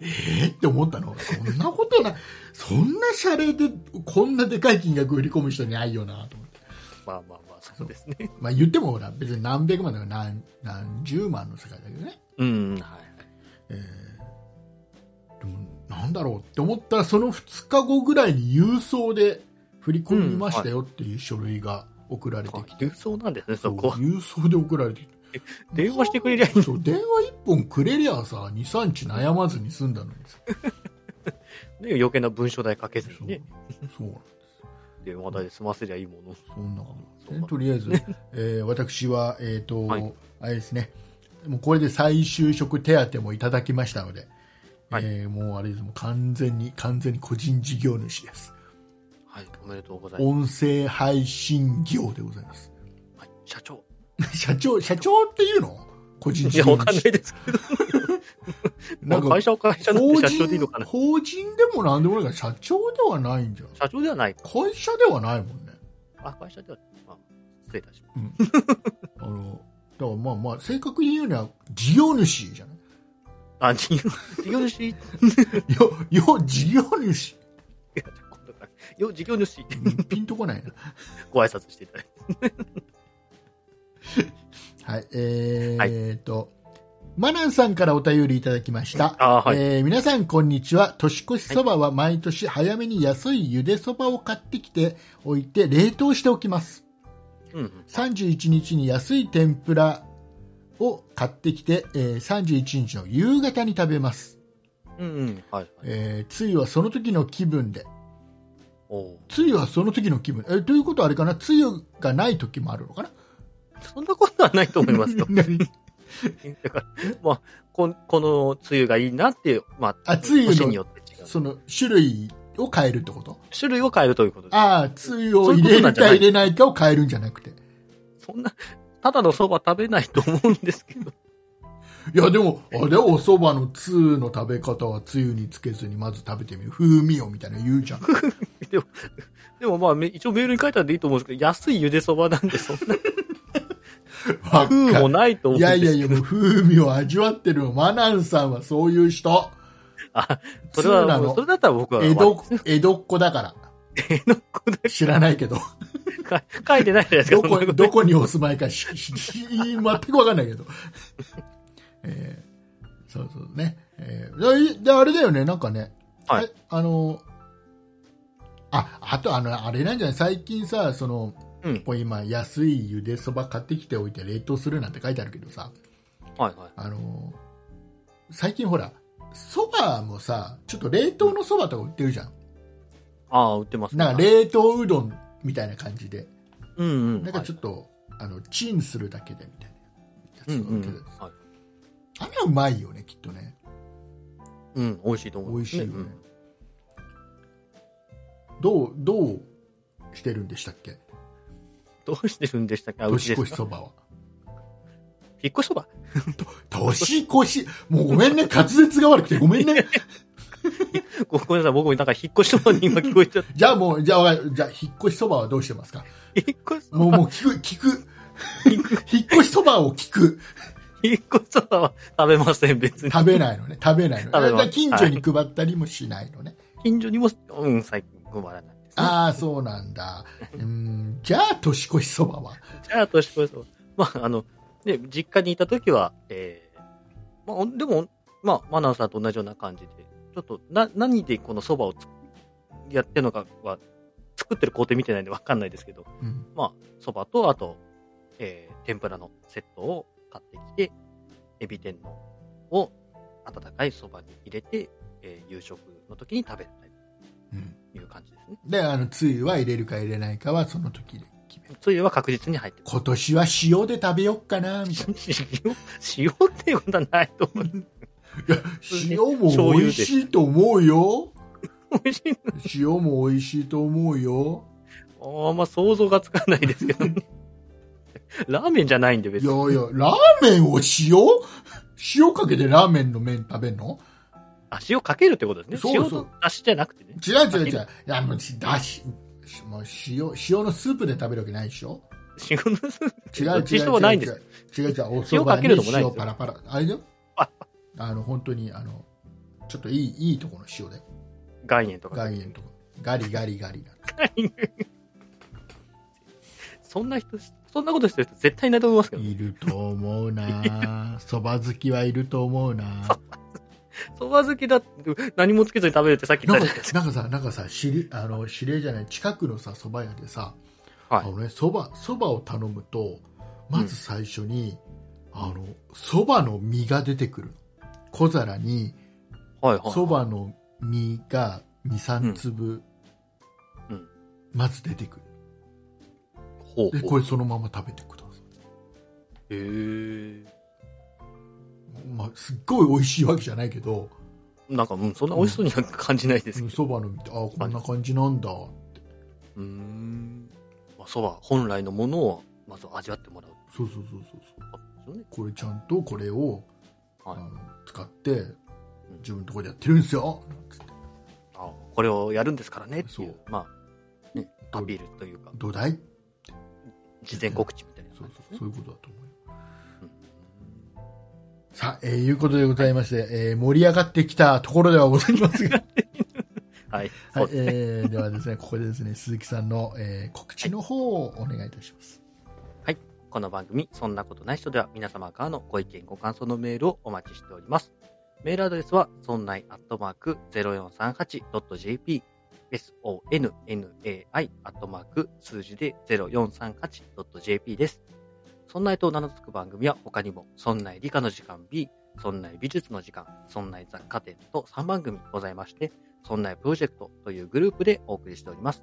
S2: えー、って思ったのそんなことないそんなシャレでこんなでかい金額売り込む人いないよなと思って、
S3: まあまあまあ、そうですね。
S2: まあ、言ってもほら別に何百万とか何何十万の世界だけどね、
S3: うん、はい。
S2: えーでもなんだろうって思ったらその2日後ぐらいに郵送で振り込みましたよっていう書類が送られてきて、
S3: 郵送なんですね、
S2: そ
S3: そうこは。
S2: 郵送で送られてきて
S3: 電話してくれりゃいい。
S2: そう電話一本くれりゃさ23日悩まずに済んだのにさ
S3: ね、余計な文章代かけずにね、
S2: そうそう
S3: 電話代で済ませりゃいいもの。
S2: そんなことです
S3: そ
S2: ね
S3: う
S2: とりあえず、えー私は、えーと
S3: はい
S2: あれですねもうこれで再就職手当もいただきましたので、
S3: はい
S2: えーもうあれですもう完全に完全に個人事業主です
S3: はい、おめでとうございま
S2: 音声配信業でございます。
S3: す。はい社長。
S2: 社長、社長っていうの個人
S3: い
S2: 事
S3: や、
S2: 業
S3: わかんな
S2: 主
S3: いですけど。
S2: なんか
S3: 会社を会社なん
S2: 法
S3: て社長でいいの
S2: 人
S3: かな。
S2: 法人でもなんでもないから社長ではないんじゃん
S3: 社長ではないか。
S2: 会社ではないもんね
S3: あ、会社ではない。まあ、失礼いたしま
S2: あのだからまあまあ正確に言うには事業主じゃない
S3: した。あ、事業事業主いや、
S2: よよ事業主
S3: 今度から。よ、事業主って
S2: うんピンとこないな
S3: ご挨拶していただいて。
S2: はいえー、っと、マナンさんからお便りいただきました
S3: あはい。
S2: えー皆さんこんにちは年越しそばは毎年早めに安いゆでそばを買ってきておいて冷凍しておきます
S3: うんうん。
S2: 31日に安い天ぷらを買ってきて、えー31日の夕方に食べます、
S3: うんうん。はい。はい
S2: えーつゆはその時の気分で
S3: おお。
S2: つゆはその時の気分えーということはあれかなつゆがない時もあるのか な。
S3: そんなことはないと思います よ
S2: 何
S3: だから、まあ、こんこの梅雨がいいなっていう、まあ、
S2: あ梅雨の
S3: 年によって違う。
S2: その種類を変えるってこと
S3: 種類を変えるということです。
S2: ああつゆを入れるか入れないかを変えるんじゃなくて
S3: そんな、ただのそば食べないと思うんで すけど。
S2: いやでもあれおそばのつゆの食べ方はつゆにつけずにまず食べてみる風味をみたいなの言う じゃん
S3: でもまあ、め一応メールに書いたんでいいと思うんですけど、安いゆでそばなんでそんな
S2: わかん
S3: 風もないと思うん
S2: い
S3: です
S2: や
S3: けど。
S2: いやいや、もう風味を味わってるのマナンさんはそういう人。
S3: あ、それは、
S2: そうなの
S3: それだったら僕は、
S2: 江戸、江戸っ子だから。
S3: 江戸っ子だ
S2: 知らないけど。
S3: か書いてないじゃないですか、
S2: どこ、
S3: そんなと
S2: どこにお住まいかし、しし全くわかんないけど。 えーそうそうね。えー、で、あれだよね、なんかね。
S3: はい
S2: えあの、あ、あと、あの、あれなんじゃない最近さ、その、
S3: うん
S2: こう今、安い茹でそば買ってきておいて冷凍するなんて書いてあるけどさ。
S3: はいはい。
S2: あの最近ほらそばもさちょっと冷凍のそばとか売ってるじゃん
S3: ああ、売ってますね。
S2: なんか冷凍うどんみたいな感じで
S3: うんうん。
S2: なんかちょっと、あのチンするだけでみたいな
S3: はい、
S2: や
S3: う
S2: つが
S3: んう
S2: 売ってる
S3: ん。はい。
S2: あれはうまいよねきっとね
S3: うん、美味しいと思う。
S2: 美味しいよね
S3: うん
S2: どうどうしてるんでしたっけ
S3: どうしてるんでしたっけあ、うち
S2: 年越
S3: ですか
S2: し。そばは
S3: 引っ越しそば
S2: 年越しもうごめんね滑舌が悪くてごめん ね
S3: ごごめんなさい、僕もなんか引っ越しそばに今聞こえちゃった。
S2: じゃあもうじゃあわかるじゃあ引っ越しそばはどうしてますか
S3: 引っ越しそ
S2: もう
S3: ば
S2: もう聞く聞く 引っ越しそばを聞く
S3: 引っ越しそばは食べません、別に。
S2: 食べないのね食べないのね
S3: 食べま
S2: だ
S3: す
S2: から近所に配ったりもしないのね、
S3: 近所にも、うん、最近困らないです、ね。
S2: ああそうなんだうーんじゃあ年越しそばは
S3: じゃあ、年越しそば。まあ、あの、ね、実家にいたときは、ええまあ、おでも、まあ、マナーさんと同じような感じで、ちょっと、な、何でこのそばをつやってるのかは、作ってる工程見てないんでわかんないですけど、
S2: うん
S3: まあ、そばと、あと、えー、天ぷらのセットを買ってきて、エビ天のを温かいそばに入れて、えー夕食の時に食べる
S2: うん
S3: という感じですね。
S2: であのつゆは入れるか入れないかはその時で決める
S3: つゆは確実に入ってます。
S2: 今年は塩で食べよっかなみたい
S3: 塩、 塩っていうことはないと思う。
S2: ないや塩も美味しいと思うよ
S3: 美味しいな
S2: 塩も美味しいと思うよ
S3: あんま想像がつかないですけど ね。ラーメンじゃないんで別
S2: いや
S3: に。
S2: いやラーメンを塩塩かけてラーメンの麺食べんの
S3: あ、塩かけるってことですね。
S2: そうそう
S3: 塩と出汁じゃなくてね。
S2: 違う違う違ういやあのだしもう塩塩のスープで食べるわけないでしょ
S3: 塩のスープ
S2: 違う違う
S3: どっちにしてもないんです
S2: 違う違う違うお蕎
S3: 塩かけ
S2: 麦
S3: る
S2: に
S3: のもないん
S2: 塩
S3: ですよ
S2: パラパラあれだよ
S3: あ
S2: あの本当にあのちょっといいいいとこの塩で
S3: 岩塩とか。
S2: 岩塩とかガリガリガリな
S3: そんな人、そんなことしてる人絶対いないと思いますけど。
S2: いると思う なそば好きはいると思うな
S3: そば好きだって何もつけずに食べるってさっき言
S2: な
S3: っ
S2: ん
S3: た
S2: か
S3: じゃないですか。
S2: なんかさなんかさ知りあの知り合いじゃない近くのさ蕎麦屋でさ
S3: は
S2: あ
S3: い。
S2: のねそばそばを頼むとまず最初に、あのそばの実が出てくる小皿に
S3: はいはい。
S2: そばの実が23粒、
S3: うんうん
S2: まず出てく
S3: ほう
S2: るで
S3: ほ
S2: こ
S3: う。
S2: れそのまま食べてくださ
S3: へー
S2: い、まあ、すっごい美味しいわけじゃないけど
S3: なんか、うん、そんな美味しそうには感じないですけど。
S2: そばの実ってああこんな感じなんだって
S3: うーん。まあ、そば本来のものをまず味わってもらう
S2: そうそうそうそうそう
S3: ことですよね。
S2: これちゃんとこれを、
S3: は
S2: あ
S3: い
S2: の使って自分のところでやってるんですよつって
S3: あこれをやるんですからねっていう、
S2: そう
S3: まあ、ね、アピールというか、
S2: 土台
S3: 事前告知みたいな
S2: そう
S3: 感じです
S2: そうそ
S3: ね。
S2: ういうことだと思うよ
S3: うん
S2: さあ、えーいうことでございまして、えー盛り上がってきたところではございますが、
S3: はい。
S2: は
S3: そう
S2: い
S3: ですね。
S2: えーではですね、ここでですね、鈴木さんの、えー告知の方をお願いいたします。
S3: この番組、そんなことない人では皆様からのご意見、ご感想のメールをお待ちしております。メールアドレスは、そんないアットマーク 0438.jp、sonnai アットマーク数字で 0438.jp です。そんないと名の付く番組は他にも、そんない理科の時間 B、そんない美術の時間、そんない雑貨店と3番組ございまして、そんないプロジェクトというグループでお送りしております。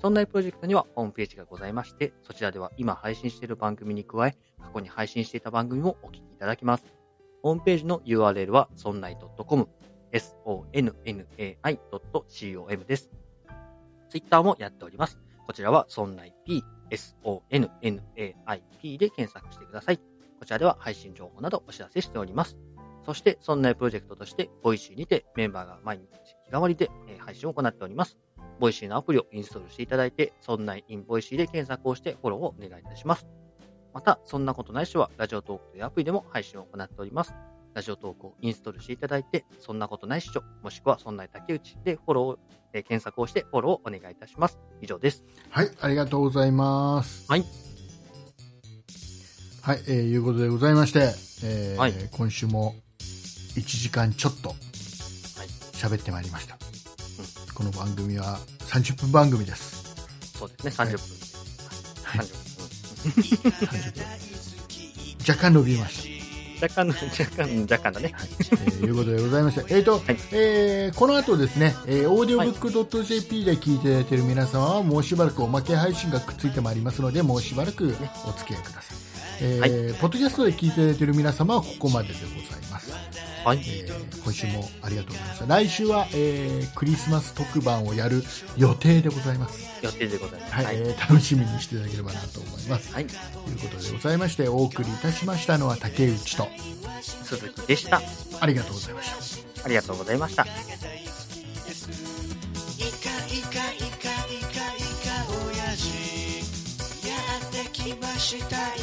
S3: そんなプロジェクトにはホームページがございまして、そちらでは今配信している番組に加え、過去に配信していた番組もお聞きいただきます。ホームページの URL は sonnai.com、sonnai.com です。Twitter もやっております。こちらは sonnaip、sonnaip で検索してください。こちらでは配信情報などお知らせしております。そして、そんなプロジェクトとして、ボイシーにてメンバーが毎日日替わりでえー配信を行っております。ボイシーのアプリをインストールしていただいて、そんなインボイシーで検索をしてフォローをお願いいたします。また、そんなことない人は、ラジオトークというアプリでも配信を行っております。ラジオトークをインストールしていただいて、そんなことない人、もしくはそんな竹内でフォローを、えー検索をしてフォローをお願いいたします。以上です。
S2: はい、ありがとうございます。
S3: はい。
S2: はい、えーいうことでございまして、えー
S3: はい
S2: 今週も1時間ちょっと
S3: はい
S2: 喋ってまいりました。この番組は30分番組です。
S3: そうですね、30分。
S2: はい
S3: 30分。
S2: 若干伸びました。
S3: 若干の、若干、若干だね。
S2: はい、えーいうことでございまして、えーと
S3: はい
S2: えーこの後ですね、えー、audiobook.jp で聞いていただいている皆様は、もうしばらくおまけ配信がくっついてまいりますので、もうしばらくお付き合いください。えー
S3: はい
S2: ポッドキャストで聞いていただいている皆様はここまででございます。
S3: はい。
S2: えー今週もありがとうございました。来週は、えークリスマス特番をやる予定でございます。
S3: 予定でございます。
S2: はい、
S3: はい。
S2: え
S3: は
S2: ー楽しみにしていただければなと思います。
S3: い。
S2: ということでございまして、お送りいたしましたのは竹内と、
S3: 鈴木でした。
S2: ありがとうございました。
S3: ありがとうございました。
S1: イカイカイカイカイカおやじやってきましたイ